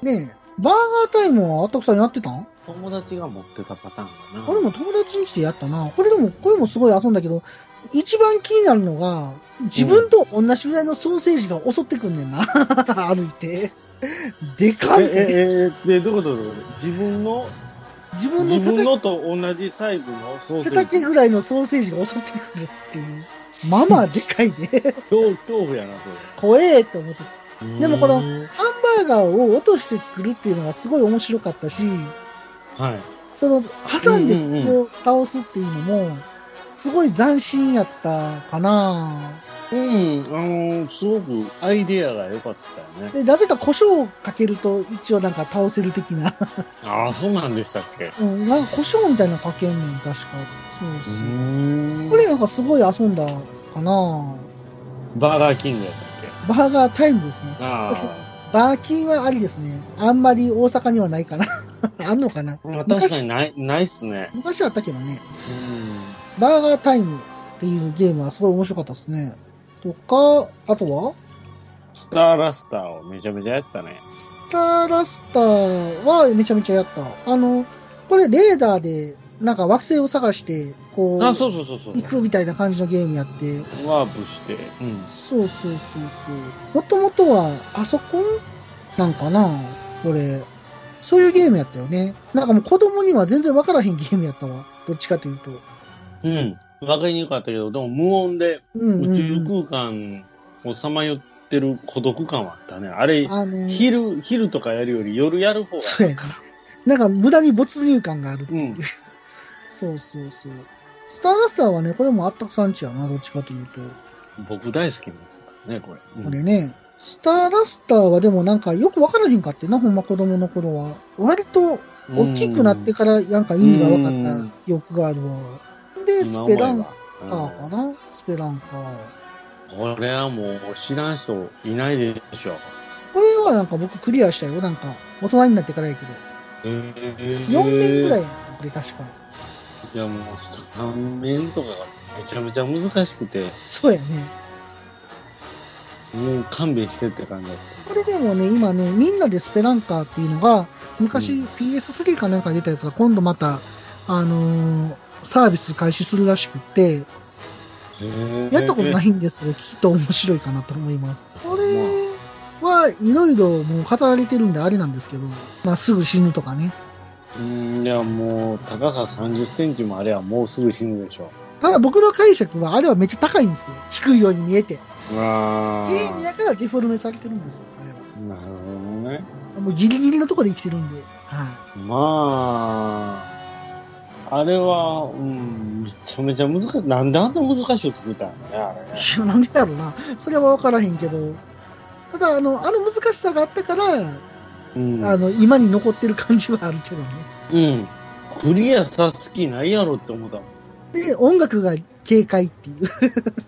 S2: り。ねえ。バーガータイムはあったくさんやってたん
S3: 友達が持ってたパターンかな。
S2: 俺も友達にしてやったな。これでも、これもすごい遊んだけど、一番気になるのが、自分と同じぐらいのソーセージが襲ってくんねんな。 歩いて。でかい、
S3: え
S2: ね。
S3: え、え、え、で、どういうことどういうこと自分の、
S2: 自分の
S3: 自
S2: 背丈
S3: 分のと同じサイズのソーセ
S2: 背
S3: ージ
S2: 丈。ぐらいのソーセージが襲ってくるっていう。まあまあでかいね。
S3: 恐恐怖やな、そ
S2: 怖えって思って。
S3: れ。
S2: でもこの
S3: うーん
S2: ハンバーガーを落として作るっていうのがすごい面白かったし、
S3: はい。
S2: その、挟んで
S3: うんうんうん
S2: 口を倒すっていうのも、すごい斬新やったかな
S3: うん、あのーすごくアイデアが良かったよ
S2: で、
S3: ね。
S2: なぜか胡椒をかけると一応なんか倒せる的な。
S3: ああ、そうなんでしたっけ。
S2: う
S3: う
S2: ん、 なんか胡椒みたいなのかけんねん、確か。そう
S3: ー
S2: そう。
S3: ん
S2: これなんかすごい遊んだかな
S3: バーガーキングやったっ
S2: バーガータイムですね。
S3: け。あ
S2: そう
S3: あ。
S2: バーキンはありですね。あんまり大阪にはないかな。 あんのかな
S3: まあ確かにない、ないっすね。
S2: 昔はあったけどね。
S3: うん。
S2: バーガータイムっていうゲームはすごい面白かったですね。とか、あとは
S3: スターラスターをめちゃめちゃやったね。
S2: スターラスターはめちゃめちゃやった。あの、これレーダーでなんか惑星を探して、こう、
S3: あ、そうそうそうそう。
S2: 行くみたいな感じのゲームやって、
S3: ワープして。うん。
S2: そうそうそうそう。もともとはパソコンなんかなこれ。そういうゲームやったよね。なんかもう子供には全然わからへんゲームやったわ。どっちかというと。
S3: うん。わかりにくかったけど、でも無音で
S2: うんうんうん、
S3: 宇宙空間をさまよってる孤独感はあったね。あれ、
S2: あのー、
S3: 昼、昼とかやるより夜やる方が。
S2: そうやね。なんか無駄に没入感がある。
S3: うん。
S2: そうそうそう。スターダスターはね、これもあったくさんちやな、どっちかというと。
S3: 僕大好きなやつだね、これ。うん
S2: これね、スターダスターはでもなんかよくわからへんかってな、ほんま子供の頃は。割と大きくなってからなんか意味が分かった記憶があるわ。で、ス
S3: 今
S2: ペ
S3: 思えば
S2: ラン
S3: う
S2: カ
S3: ん
S2: ーかなスペランカー。
S3: これはもう知らん人いないでしょ。
S2: これはなんか僕クリアしたよ。なんか大人になってからやけど。
S3: えー
S2: 4面ぐらいやなこれ確か。
S3: いやもう3面とかがめちゃめちゃ難しくて、
S2: そうやね。
S3: もう勘弁してって感じだっ
S2: これでもね、今ね、みんなでスペランカーっていうのが、昔
S3: う
S2: PS3 かなんかに出たやつが今度また、あのーサービス開始するらしくって、
S3: た。へー
S2: やったことないんですけど、きっと面白いかなと思います。これはいろいろもう語られてるんであれなんですけど、まあすぐ死ぬとかね。
S3: うん、いやもう高さ30センチもあれはもうすぐ死ぬでしょ。
S2: ただ僕の解釈はあれはめっちゃ高いんですよ。低いように見えて。
S3: あ
S2: ゲームやからデフォルメされてるんですよ、あれは。
S3: なるほどね。
S2: もうギリギリのとこで生きてるんで。はい。
S3: まあ、あれは、うん、めちゃめちゃ難しい。なんであんな難しいの作ったんだね、あれね。
S2: いや、なんでやろな。それは分からへんけど。ただ、あの、あの難しさがあったから、
S3: うん。
S2: あの、今に残ってる感じはあるけどね。
S3: うん。クリアさす気ないやろって思ったもん。
S2: で、音楽が軽快っていう。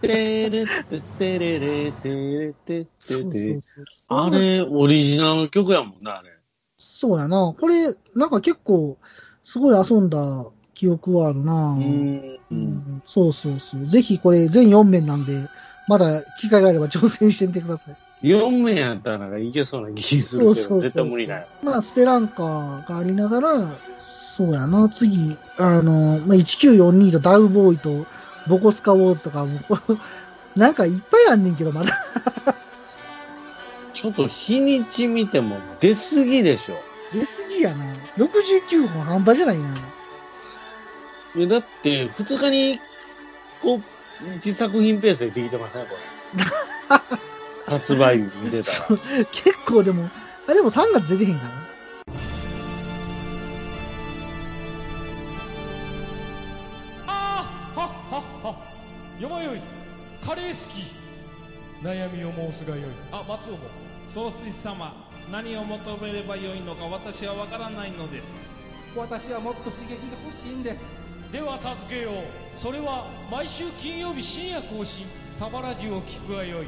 S3: てれっててれれてれて
S2: そ
S3: て
S2: うそ
S3: て
S2: う。そう。
S3: あれ、オリジナルの曲やもんな、あれ。
S2: そうやな。これ、なんか結構、すごい遊んだ記憶はあるな
S3: う。ん。
S2: う
S3: うん
S2: んそうそうそう。ぜひこれ、全4面なんで、まだ機会があれば挑戦してみてください。
S3: 4面やったらなんかいけそうな気するけど、絶対無理だよ。
S2: まあ、スペランカーがありながら、そうやな、次、あの、まあ、1942とダウボーイとボコスカウォーズとかも、 なんかいっぱいあんねんけど、まだ。
S3: ちょっと日にち見ても出過ぎでしょ。
S2: 出すぎやな。69本半端じゃないな。
S3: いやだって、2日に、こう、1作品ペースでできてますね、こ れ。発売日見てた
S2: そう結構でも、あ、でも3月出てへんからね。
S7: あーはっはっはよまよいカレー好き悩みを申すがよいあ松尾も
S8: 総帥様何を求めればよいのか私は分からないのです
S7: 私はもっと刺激が欲しいんですでは助けようそれは毎週金曜日深夜更新サバラジュを聞くがよい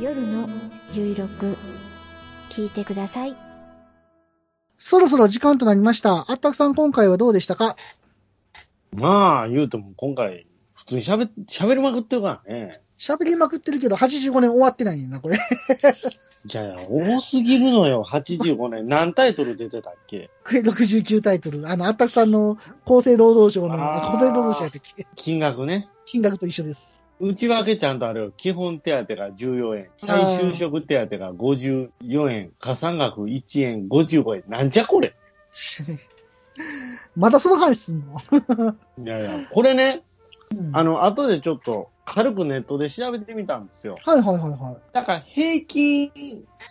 S9: 夜のゆいろく聞いてください
S2: そろそろ時間となりました。あったくさん今回はどうでしたか
S3: まあ、言うても今回、普通に喋っ、喋りまくってるからね。
S2: 喋りまくってるけど、85年終わってないねんな、これ。
S3: じゃあ、多すぎるのよ、85年。何タイトル出てたっけ
S2: これ69タイトル。あの、あったくさんの厚生労働省の、あ
S3: あー
S2: 厚生労働省やったっけ
S3: 金額ね。
S2: 金額と一緒です。
S3: 内訳ちゃんとあれよ、基本手当が14円、再就職手当が54円、加算額1円55円。なんじゃこれ
S2: またその話すんの、
S3: いやいや、これね、
S2: うん
S3: あの、後でちょっと軽くネットで調べてみたんですよ。
S2: はいはいはいは
S3: だから平均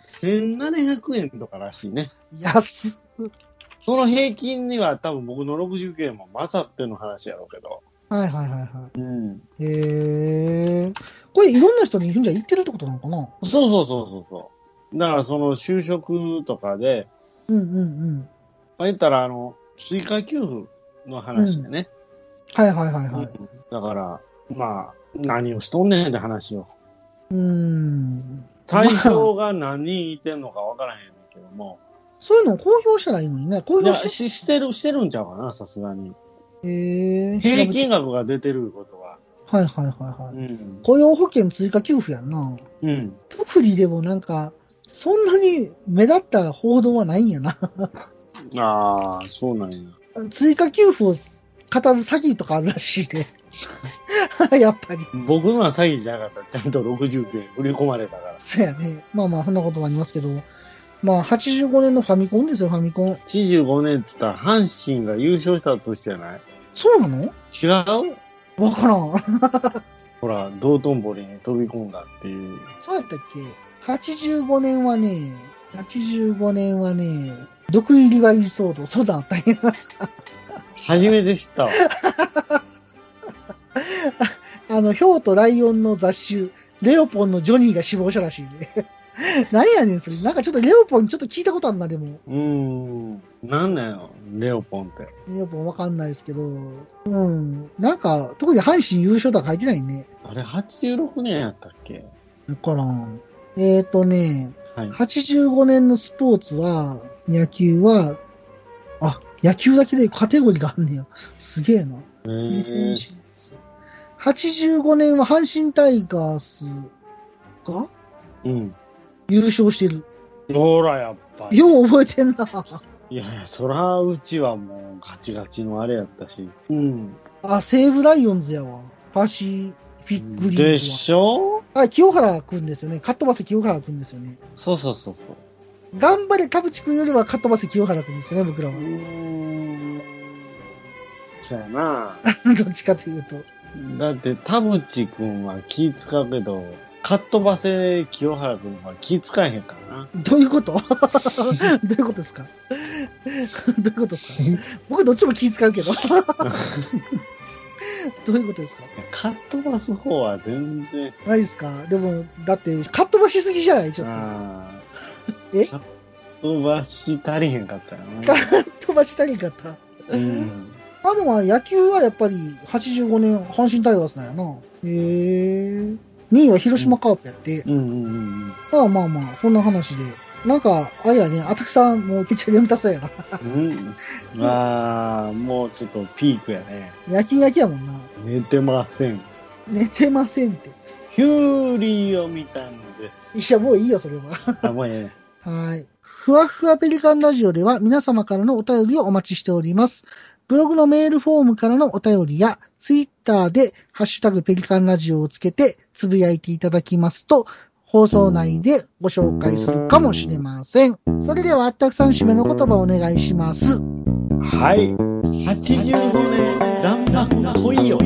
S3: 1700円とからしいね。
S2: い。安っ。
S3: その平均には多分僕の69円も混ざっての話やろうけど。
S2: はいはいはいは
S3: うん。
S2: い。へえ。これいろんな人に言うんじゃ言ってるってことなのかな
S3: そうそうそうそうそう。だからその就職とかで、
S2: うんうんうん。
S3: まあ、言ったらあの、追加給付の話でね。
S2: はいはいはいはい。
S3: だから、まあ、何をしとんねんって話 を。
S2: うーん。
S3: 対象が何人いてんのかわからへんねんけども。
S2: そういうのを公表したらいいのにね。公
S3: いや、
S2: 表し
S3: ししてる、してるんちゃうかな、さすがに。
S2: て。へえ。
S3: 平均額が出てることは。
S2: はいはいはいは
S3: う
S2: い。
S3: ん。
S2: 雇用保険追加給付やんな。
S3: うん。
S2: 特にでもなんか、そんなに目立った報道はないんやな。
S3: ああ、そうなんや。
S2: 追加給付を語る詐欺とかあるらしいで。 やっぱり。
S3: 僕のは詐欺じゃなかった。ちゃんと60件振り込まれたから。
S2: そうやね。まあまあ、そんなこともありますけど。まあ、85年のファミコンですよ、ファミコン。
S3: 85年って言ったら、阪神が優勝した年じゃない
S2: そうなの
S3: 違う
S2: わからん。
S3: ほら、道頓堀に飛び込んだっていう。
S2: そうやったっけ ?85 年はね、85年はね、毒入りがいい騒動、そうだったんや。
S3: 初めて知 ったわ。
S2: あの、ヒョウとライオンの雑種、レオポンのジョニーが死亡したらしいね。何やね ん、それ。なんかちょっとレオポンちょっと聞いたことあるな、でも。
S3: うーん。なんだよ、レオポンって。
S2: レオポンわかんないですけど。うん。なんか、特に阪神優勝とは書いてないね。
S3: あれ、86年やったっけ
S2: わからん。えっ、ー、とね、
S3: はい
S2: 85年のスポーツは、野球は、あ、野球だけでカテゴリーがあんねや。すげえな。
S3: えー、
S2: 85年は阪神タイガースが
S3: うん。
S2: 優勝してる。
S3: ほら、やっぱり。
S2: よう覚えてんな。
S3: いやいや、そら、うちはもうガチガチのあれやったし。うん。
S2: あ、西武ライオンズやわ。パシフィックリ
S3: で
S2: ー
S3: しょ
S2: グは。あ、清原くんですよね。カットバス清原くんですよね。
S3: そうそうそうそう。
S2: 頑張れ、田淵くんよりはカットバス清原くんですよね、僕らは
S3: う。ーん。そうやな。
S2: どっちかというと。
S3: だって、田淵くんは気使うけど、かっ飛ばせ清原くんは気使えへんからな。
S2: どういうこと どういうことですか どういうことですか僕どっちも気使うけど。 どういうことですか
S3: かっ飛ばす方は全然。
S2: ないですかでも、だって、カットばしすぎじゃないちょっと。
S3: ああ。
S2: え
S3: かっ飛ばし足りへんかったよね。
S2: か飛ばしたりかった。
S3: うん。
S2: あ、でも野球はやっぱり85年阪神タイガースなんやな。へえ。2位は広島カープやって。
S3: うんうんうん
S2: まあまあまあ、そんな話で。なんか、あれやね、あたくさんもうピッチャーやめたそうやな。
S3: うん。うん。ああ、もうちょっとピークやね。
S2: 野球野球やもんな。
S3: 寝てません。
S2: 寝てませんって。
S3: キュウリを見たんです。
S2: いや、もういいよ、それは。
S3: あ、もうえ
S2: はい。ふわふわペリカンラジオでは皆様からのお便りをお待ちしております。ブログのメールフォームからのお便りや、ツイッターでハッシュタグペリカンラジオをつけてつぶやいていただきますと、放送内でご紹介するかもしれません。それではあったくさん締めの言葉をお願いします。
S3: えはい。85年、だんだん来いよ。